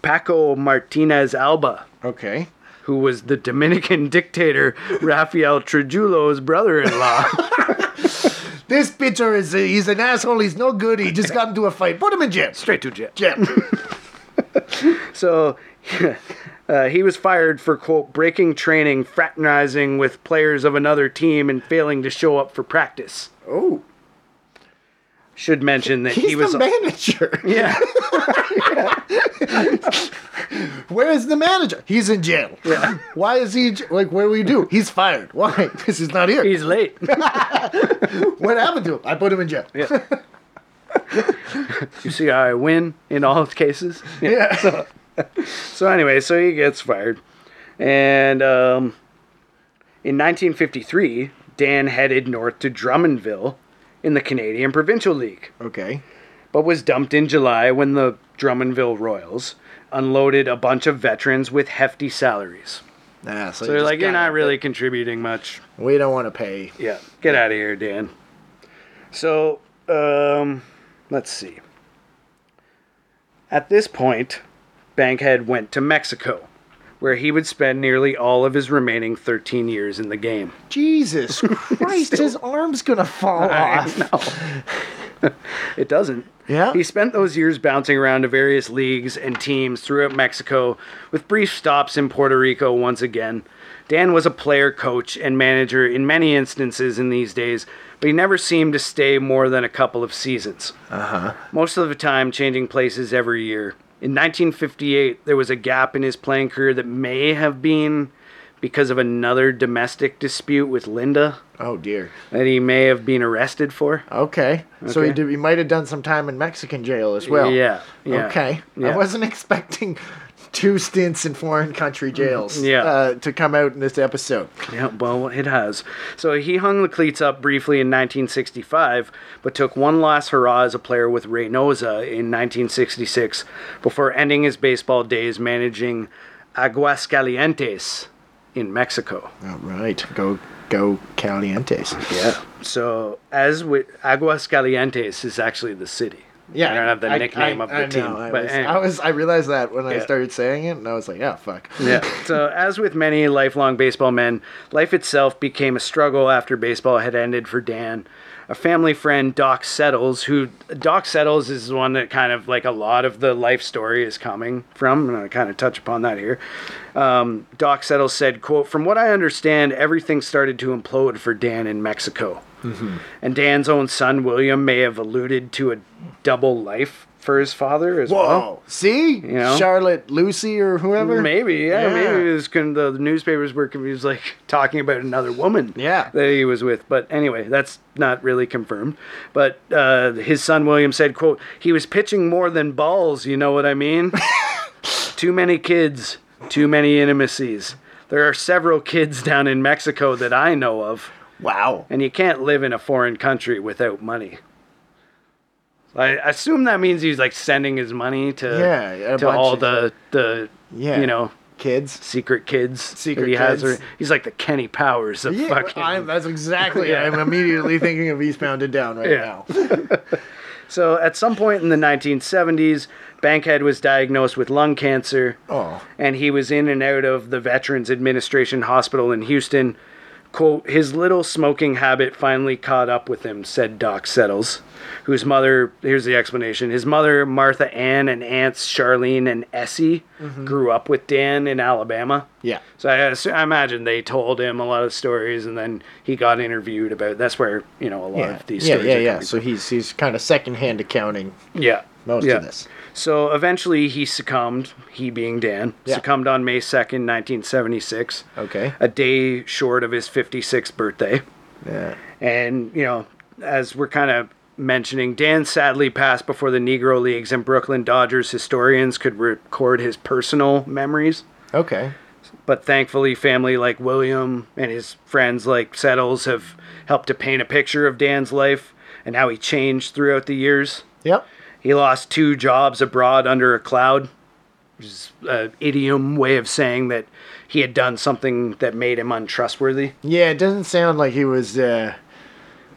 [SPEAKER 2] Paco Martinez Alba,
[SPEAKER 1] Okay.
[SPEAKER 2] who was the Dominican *laughs* dictator Rafael Trijulo's brother-in-law.
[SPEAKER 1] *laughs* This pitcher is he's an asshole. He's no good. He just got into a fight. Put him in jail.
[SPEAKER 2] Straight to jail. *laughs*
[SPEAKER 1] Jail.
[SPEAKER 2] So *laughs* uh, he was fired for, quote, breaking training, fraternizing with players of another team, and failing to show up for practice.
[SPEAKER 1] Oh,
[SPEAKER 2] Should mention that
[SPEAKER 1] he's
[SPEAKER 2] he was.
[SPEAKER 1] the manager.
[SPEAKER 2] yeah.
[SPEAKER 1] Where is the manager? He's in jail. Yeah. *laughs* Why is he in j- like? What do we do? He's fired. Why? *laughs* Because he's not here.
[SPEAKER 2] *laughs* He's *laughs* late.
[SPEAKER 1] what happened to him? I put him in jail. Yeah.
[SPEAKER 2] you see how I win in all *laughs* cases? Yeah.
[SPEAKER 1] *laughs*
[SPEAKER 2] *laughs* So, anyway, so he gets fired. And um, in 1953, Dan headed north to Drummondville in the Canadian Provincial League.
[SPEAKER 1] okay.
[SPEAKER 2] but was dumped in July when the Drummondville Royals unloaded a bunch of veterans with hefty salaries.
[SPEAKER 1] Nah, so
[SPEAKER 2] So they're
[SPEAKER 1] you
[SPEAKER 2] like,
[SPEAKER 1] just
[SPEAKER 2] you're
[SPEAKER 1] gotta-
[SPEAKER 2] not really contributing much.
[SPEAKER 1] We don't want to pay.
[SPEAKER 2] Yeah, get out of here, Dan. So, um, let's see. At this point, Bankhead went to Mexico, where he would spend nearly all of his remaining 13 years in the game. *laughs*
[SPEAKER 1] Jesus Christ, his arm's gonna fall off.
[SPEAKER 2] Oh, *laughs* It doesn't.
[SPEAKER 1] Yeah.
[SPEAKER 2] He spent those years bouncing around to various leagues and teams throughout Mexico with brief stops in Puerto Rico once again. Dan was a player, coach, and manager in many instances in these days, but he never seemed to stay more than a couple of seasons. Uh-huh. Most of the time changing places every year. In 1958, there was a gap in his playing career that may have been because of another domestic dispute with Linda
[SPEAKER 1] Oh dear.
[SPEAKER 2] that he may have been arrested for.
[SPEAKER 1] Okay. So he
[SPEAKER 2] Okay.
[SPEAKER 1] did. He might have done some time in Mexican jail as well.
[SPEAKER 2] yeah, yeah.
[SPEAKER 1] Okay.
[SPEAKER 2] Yeah.
[SPEAKER 1] I wasn't expecting two stints in foreign country jails.
[SPEAKER 2] Mm-hmm. Yeah.
[SPEAKER 1] Uh, to come out in this episode.
[SPEAKER 2] Yeah, well, it has. So he hung the cleats up briefly in 1965, but took one last hurrah as a player with Reynosa in 1966 before ending his baseball days managing Aguascalientes in Mexico.
[SPEAKER 1] All right. Go go Calientes.
[SPEAKER 2] Yeah. So, as with Aguascalientes is actually the city. I don't have the nickname
[SPEAKER 1] I-
[SPEAKER 2] of the
[SPEAKER 1] I know,
[SPEAKER 2] team.
[SPEAKER 1] I,
[SPEAKER 2] but
[SPEAKER 1] was,
[SPEAKER 2] anyway.
[SPEAKER 1] I was I realized that when I
[SPEAKER 2] Yeah.
[SPEAKER 1] started saying it, and I was like, yeah, fuck.
[SPEAKER 2] Yeah. so, as with many lifelong baseball men, life itself became a struggle after baseball had ended for Dan. A family friend, Doc Settles, who Doc Settles is the one that kind of like a lot of the life story is coming from, and I kind of touch upon that here. Um, Doc Settles said, "quote From what I understand, everything started to implode for Dan in Mexico, and Dan's own son William may have alluded to a double life for his father as
[SPEAKER 1] *laughs* Whoa.
[SPEAKER 2] well."
[SPEAKER 1] See?
[SPEAKER 2] know?
[SPEAKER 1] Charlotte Lucy or whoever?
[SPEAKER 2] Maybe, yeah,
[SPEAKER 1] Yeah.
[SPEAKER 2] maybe it was con- the, the newspapers were confused, like talking about another woman.
[SPEAKER 1] Yeah.
[SPEAKER 2] that he was with. But anyway, that's not really confirmed. But uh, his son William said, "quote He was pitching more than balls. You know what
[SPEAKER 1] *laughs*
[SPEAKER 2] I mean? too many kids, too many intimacies. There are several kids down in Mexico that I know of,
[SPEAKER 1] Wow.
[SPEAKER 2] and you can't live in a foreign country without money." I assume that means he's like sending his money to
[SPEAKER 1] Yeah, a
[SPEAKER 2] to
[SPEAKER 1] bunch
[SPEAKER 2] all
[SPEAKER 1] of-
[SPEAKER 2] the the
[SPEAKER 1] Yeah.
[SPEAKER 2] you know
[SPEAKER 1] Kids.
[SPEAKER 2] *laughs* secret kids.
[SPEAKER 1] Secret
[SPEAKER 2] that he has,
[SPEAKER 1] kids.
[SPEAKER 2] or- he's like the Kenny Powers of
[SPEAKER 1] Yeah,
[SPEAKER 2] fucking.
[SPEAKER 1] I'm, that's exactly.
[SPEAKER 2] Yeah.
[SPEAKER 1] I'm immediately thinking of Eastbound and Down right
[SPEAKER 2] *laughs* Yeah.
[SPEAKER 1] now.
[SPEAKER 2] So at some point in the 1970s, Bankhead was diagnosed with lung cancer,
[SPEAKER 1] Oh,
[SPEAKER 2] and he was in and out of the Veterans Administration Hospital in Houston. Quote, his little smoking habit finally caught up with him, said Doc Settles, whose mother, here's the explanation, his mother, Martha Ann, and aunts Charlene and Essie
[SPEAKER 1] Mm-hmm.
[SPEAKER 2] grew up with Dan in Alabama.
[SPEAKER 1] yeah.
[SPEAKER 2] So I, assu- I imagine they told him a lot of stories, and then he got interviewed about. That's where you know a lot
[SPEAKER 1] Yeah,
[SPEAKER 2] of these
[SPEAKER 1] yeah,
[SPEAKER 2] stories.
[SPEAKER 1] yeah.
[SPEAKER 2] are
[SPEAKER 1] yeah.
[SPEAKER 2] coming
[SPEAKER 1] So he's he's kind of secondhand accounting
[SPEAKER 2] from. yeah,
[SPEAKER 1] most
[SPEAKER 2] yeah.
[SPEAKER 1] of this.
[SPEAKER 2] So eventually, he succumbed. He being Dan
[SPEAKER 1] Yeah.
[SPEAKER 2] succumbed on May second, nineteen seventy six.
[SPEAKER 1] Okay.
[SPEAKER 2] a day short of his fifty sixth birthday.
[SPEAKER 1] Yeah.
[SPEAKER 2] And, you know, as we're kind of mentioning, Dan sadly passed before the Negro Leagues and Brooklyn Dodgers historians could record his personal memories.
[SPEAKER 1] Okay.
[SPEAKER 2] But thankfully, family like William and his friends like Settles have helped to paint a picture of Dan's life and how he changed throughout the years.
[SPEAKER 1] Yep.
[SPEAKER 2] He lost two jobs abroad under a cloud, which is an idiom way of saying that he had done something that made him untrustworthy.
[SPEAKER 1] Yeah. It doesn't sound like he was uh,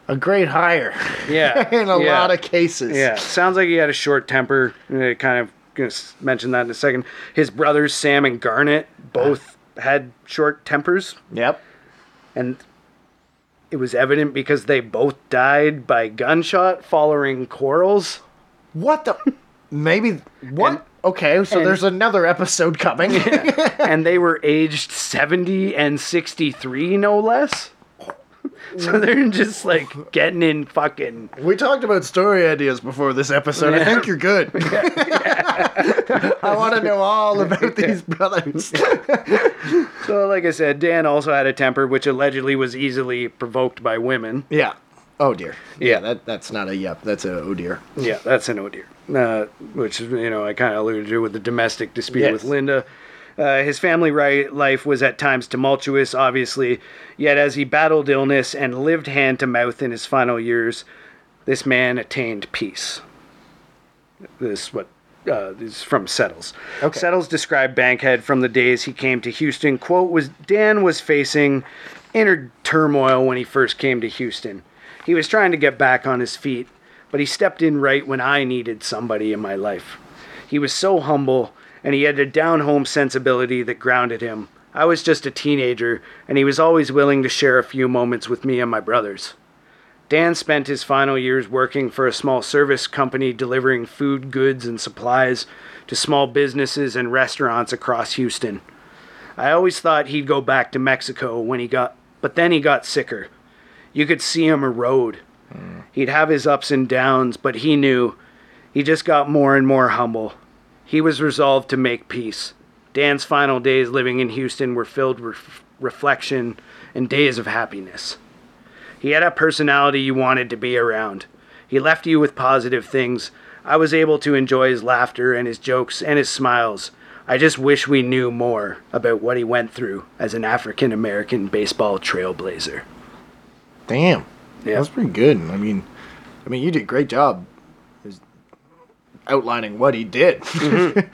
[SPEAKER 1] a great hire *laughs*
[SPEAKER 2] Yeah.
[SPEAKER 1] in a
[SPEAKER 2] yeah.
[SPEAKER 1] lot of cases.
[SPEAKER 2] Yeah, sounds like he had a short temper. Uh, kind of gonna s- mention that in a second. His brothers Sam and Garnet both had short tempers,
[SPEAKER 1] Yep.
[SPEAKER 2] and it was evident because they both died by gunshot following quarrels.
[SPEAKER 1] What the? Maybe what?
[SPEAKER 2] And-
[SPEAKER 1] okay. So
[SPEAKER 2] and-
[SPEAKER 1] there's another episode coming.
[SPEAKER 2] and they were aged 70 and 63, no less. *laughs* So they're just like getting in fucking.
[SPEAKER 1] *laughs* We talked about story ideas before this episode. I think you're
[SPEAKER 2] *laughs*
[SPEAKER 1] good. *laughs* I want to know all about these brothers.
[SPEAKER 2] So, like I said, Dan also had a temper, which allegedly was easily provoked by women.
[SPEAKER 1] yeah. Oh dear.
[SPEAKER 2] Yeah.
[SPEAKER 1] that that's not a yep. That's a oh dear.
[SPEAKER 2] Yeah, that's an oh dear. Uh, which you know I kind of alluded to with the domestic dispute
[SPEAKER 1] Yes.
[SPEAKER 2] with Linda. Uh, his family ri life was at times tumultuous, obviously. Yet as he battled illness and lived hand to mouth in his final years, this man attained peace. This is what uh, this is from Settles.
[SPEAKER 1] Okay.
[SPEAKER 2] Settles described Bankhead from the days he came to Houston. Quote was Dan was facing inner turmoil when he first came to Houston. He was trying to get back on his feet, but he stepped in right when I needed somebody in my life. He was so humble, and he had a down home sensibility that grounded him. I was just a teenager, and he was always willing to share a few moments with me and my brothers. Dan spent his final years working for a small service company delivering food, goods, and supplies to small businesses and restaurants across Houston. I always thought he'd go back to Mexico when he got, but then he got sicker. You could see him erode. He'd have his ups and downs, but he knew he just got more and more humble. He was resolved to make peace. Dan's final days living in Houston were filled with, reflection, and days of happiness. He had a personality you wanted to be around. He left you with positive things. I was able to enjoy his laughter and his jokes and his smiles. I just wish we knew more about what he went through as an African American baseball trailblazer.
[SPEAKER 1] Damn.
[SPEAKER 2] Yeah.
[SPEAKER 1] That's pretty good. I mean, I mean, you did a great job is outlining what he did.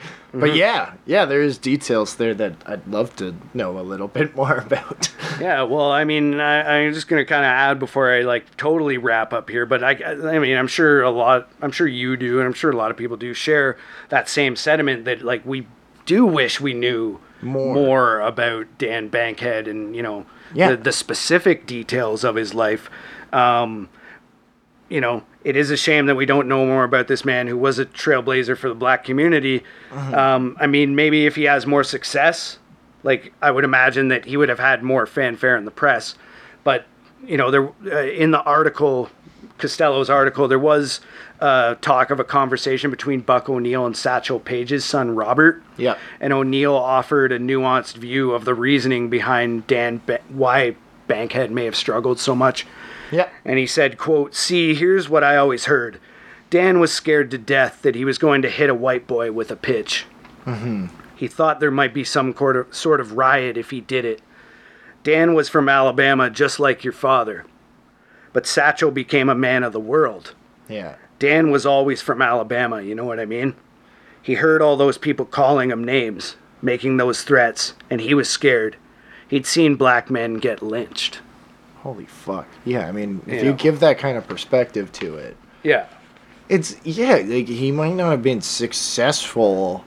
[SPEAKER 1] *laughs*
[SPEAKER 2] Mm-hmm.
[SPEAKER 1] but yeah, yeah, there is details there that I'd love to know a little bit more *laughs* about.
[SPEAKER 2] Yeah, well, I mean, I, I'm just gonna kind of add before I like totally wrap up here, but I, I mean, I'm sure a lot, I'm sure you do, and I'm sure a lot of people do share that same sentiment that like we do wish we knew
[SPEAKER 1] More.
[SPEAKER 2] about Dan Bankhead and you know
[SPEAKER 1] Yeah.
[SPEAKER 2] the, the specific details of his life. Um, you know, it is a shame that we don't know more about this man who was a trailblazer for the black community. Um, I mean, maybe if he has more success, like I would imagine that he would have had more fanfare in the press. But you know, there uh, in the article, Costello's article, there was uh, talk of a conversation between Buck O'Neill and Satchel Page's son Robert.
[SPEAKER 1] Yeah.
[SPEAKER 2] and O'Neill offered a nuanced view of the reasoning behind Dan ba- why Bankhead may have struggled so much
[SPEAKER 1] yeah.
[SPEAKER 2] and he said quote see here's what i always heard dan was scared to death that he was going to hit a white boy with a pitch he thought there might be some sort of, sort of riot if he did it dan was from alabama just like your father but satchel became a man of the world
[SPEAKER 1] Yeah.
[SPEAKER 2] Dan was always from Alabama, you know what I mean? He heard all those people calling him names, making those threats, and he was scared. He'd seen black men get lynched.
[SPEAKER 1] Holy fuck. Yeah, I mean, if
[SPEAKER 2] Yeah.
[SPEAKER 1] you give that kind of perspective to it,
[SPEAKER 2] Yeah.
[SPEAKER 1] it's yeah, like he might not have been successful,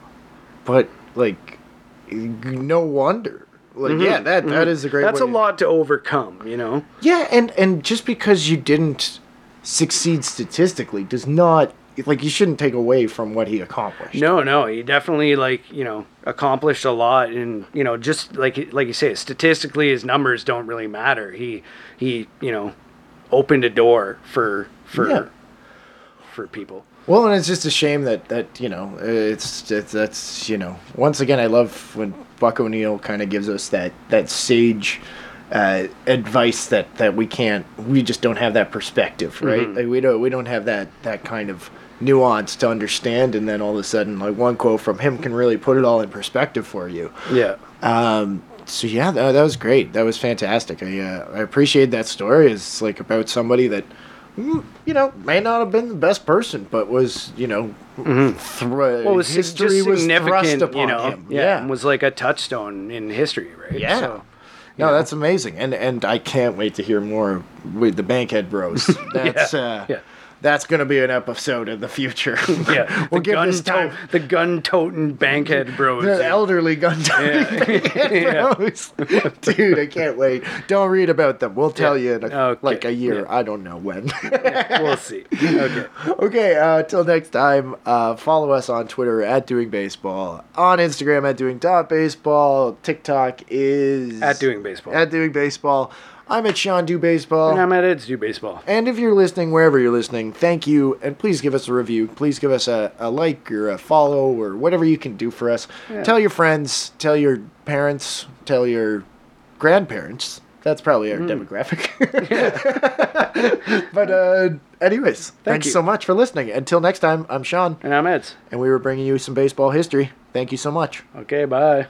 [SPEAKER 1] but like no wonder. Like yeah, that that is a great
[SPEAKER 2] Mm-hmm. That's
[SPEAKER 1] way
[SPEAKER 2] a
[SPEAKER 1] to-
[SPEAKER 2] lot to overcome, you know?
[SPEAKER 1] Yeah, and and just because you didn't succeed statistically does not like you shouldn't take away from what he accomplished.
[SPEAKER 2] No, no, he definitely like you know accomplished a lot, and you know just like like you say, statistically his numbers don't really matter. He he you know opened a door for for
[SPEAKER 1] Yeah.
[SPEAKER 2] for people.
[SPEAKER 1] Well, and it's just a shame that that you know it's, it's that's you know once again I love when Buck O'Neill kind of gives us that that sage uh, advice that that we can't we just don't have that perspective right like we don't we don't have that that kind of nuance to understand and then all of a sudden like one quote from him can really put it all in perspective for you.
[SPEAKER 2] Yeah,
[SPEAKER 1] Um, so yeah, that, that was great. That was fantastic. I uh, I appreciate that story. It's like about somebody that, mm, you know, may not have been the best person, but was you know, thro-
[SPEAKER 2] well, it Mm-hmm. was just
[SPEAKER 1] history was thrust
[SPEAKER 2] significant,
[SPEAKER 1] upon
[SPEAKER 2] you know.
[SPEAKER 1] him.
[SPEAKER 2] Yeah,
[SPEAKER 1] Yeah,
[SPEAKER 2] and was like a touchstone in history, right?
[SPEAKER 1] Yeah.
[SPEAKER 2] So,
[SPEAKER 1] no, that's amazing, and and I can't wait to hear more with the Bankhead
[SPEAKER 2] *laughs*
[SPEAKER 1] Bros. That's uh,
[SPEAKER 2] yeah.
[SPEAKER 1] that's gonna be an episode in the future.
[SPEAKER 2] *laughs* yeah,
[SPEAKER 1] we'll
[SPEAKER 2] the
[SPEAKER 1] give
[SPEAKER 2] gun
[SPEAKER 1] this time.
[SPEAKER 2] to- the gun toting bankhead bros.
[SPEAKER 1] *laughs* The elderly gun *laughs*
[SPEAKER 2] *laughs* Yeah.
[SPEAKER 1] Bros. Dude, I can't wait. Don't read about them. We'll tell
[SPEAKER 2] Yeah.
[SPEAKER 1] you in a,
[SPEAKER 2] Okay.
[SPEAKER 1] like a year. I don't know when. *laughs*
[SPEAKER 2] we'll see. Okay.
[SPEAKER 1] okay, uh, till next time, uh, follow us on Twitter at Doing Baseball, on Instagram at Doing Dot Baseball, TikTok is
[SPEAKER 2] At doing baseball.
[SPEAKER 1] at Doing Baseball. I'm at Sean Do Baseball.
[SPEAKER 2] and I'm at Ed's do baseball.
[SPEAKER 1] And if you're listening, wherever you're listening, thank you. And please give us a review. Please give us a, a like or a follow or whatever you can do for us. Tell your friends, tell your parents, tell your grandparents. That's probably our demographic. *laughs* but, uh, anyways, thanks
[SPEAKER 2] you.
[SPEAKER 1] so much for listening. Until next time, I'm Sean,
[SPEAKER 2] And I'm Ed's.
[SPEAKER 1] and we were bringing you some baseball history. Thank you so much.
[SPEAKER 2] Okay, bye.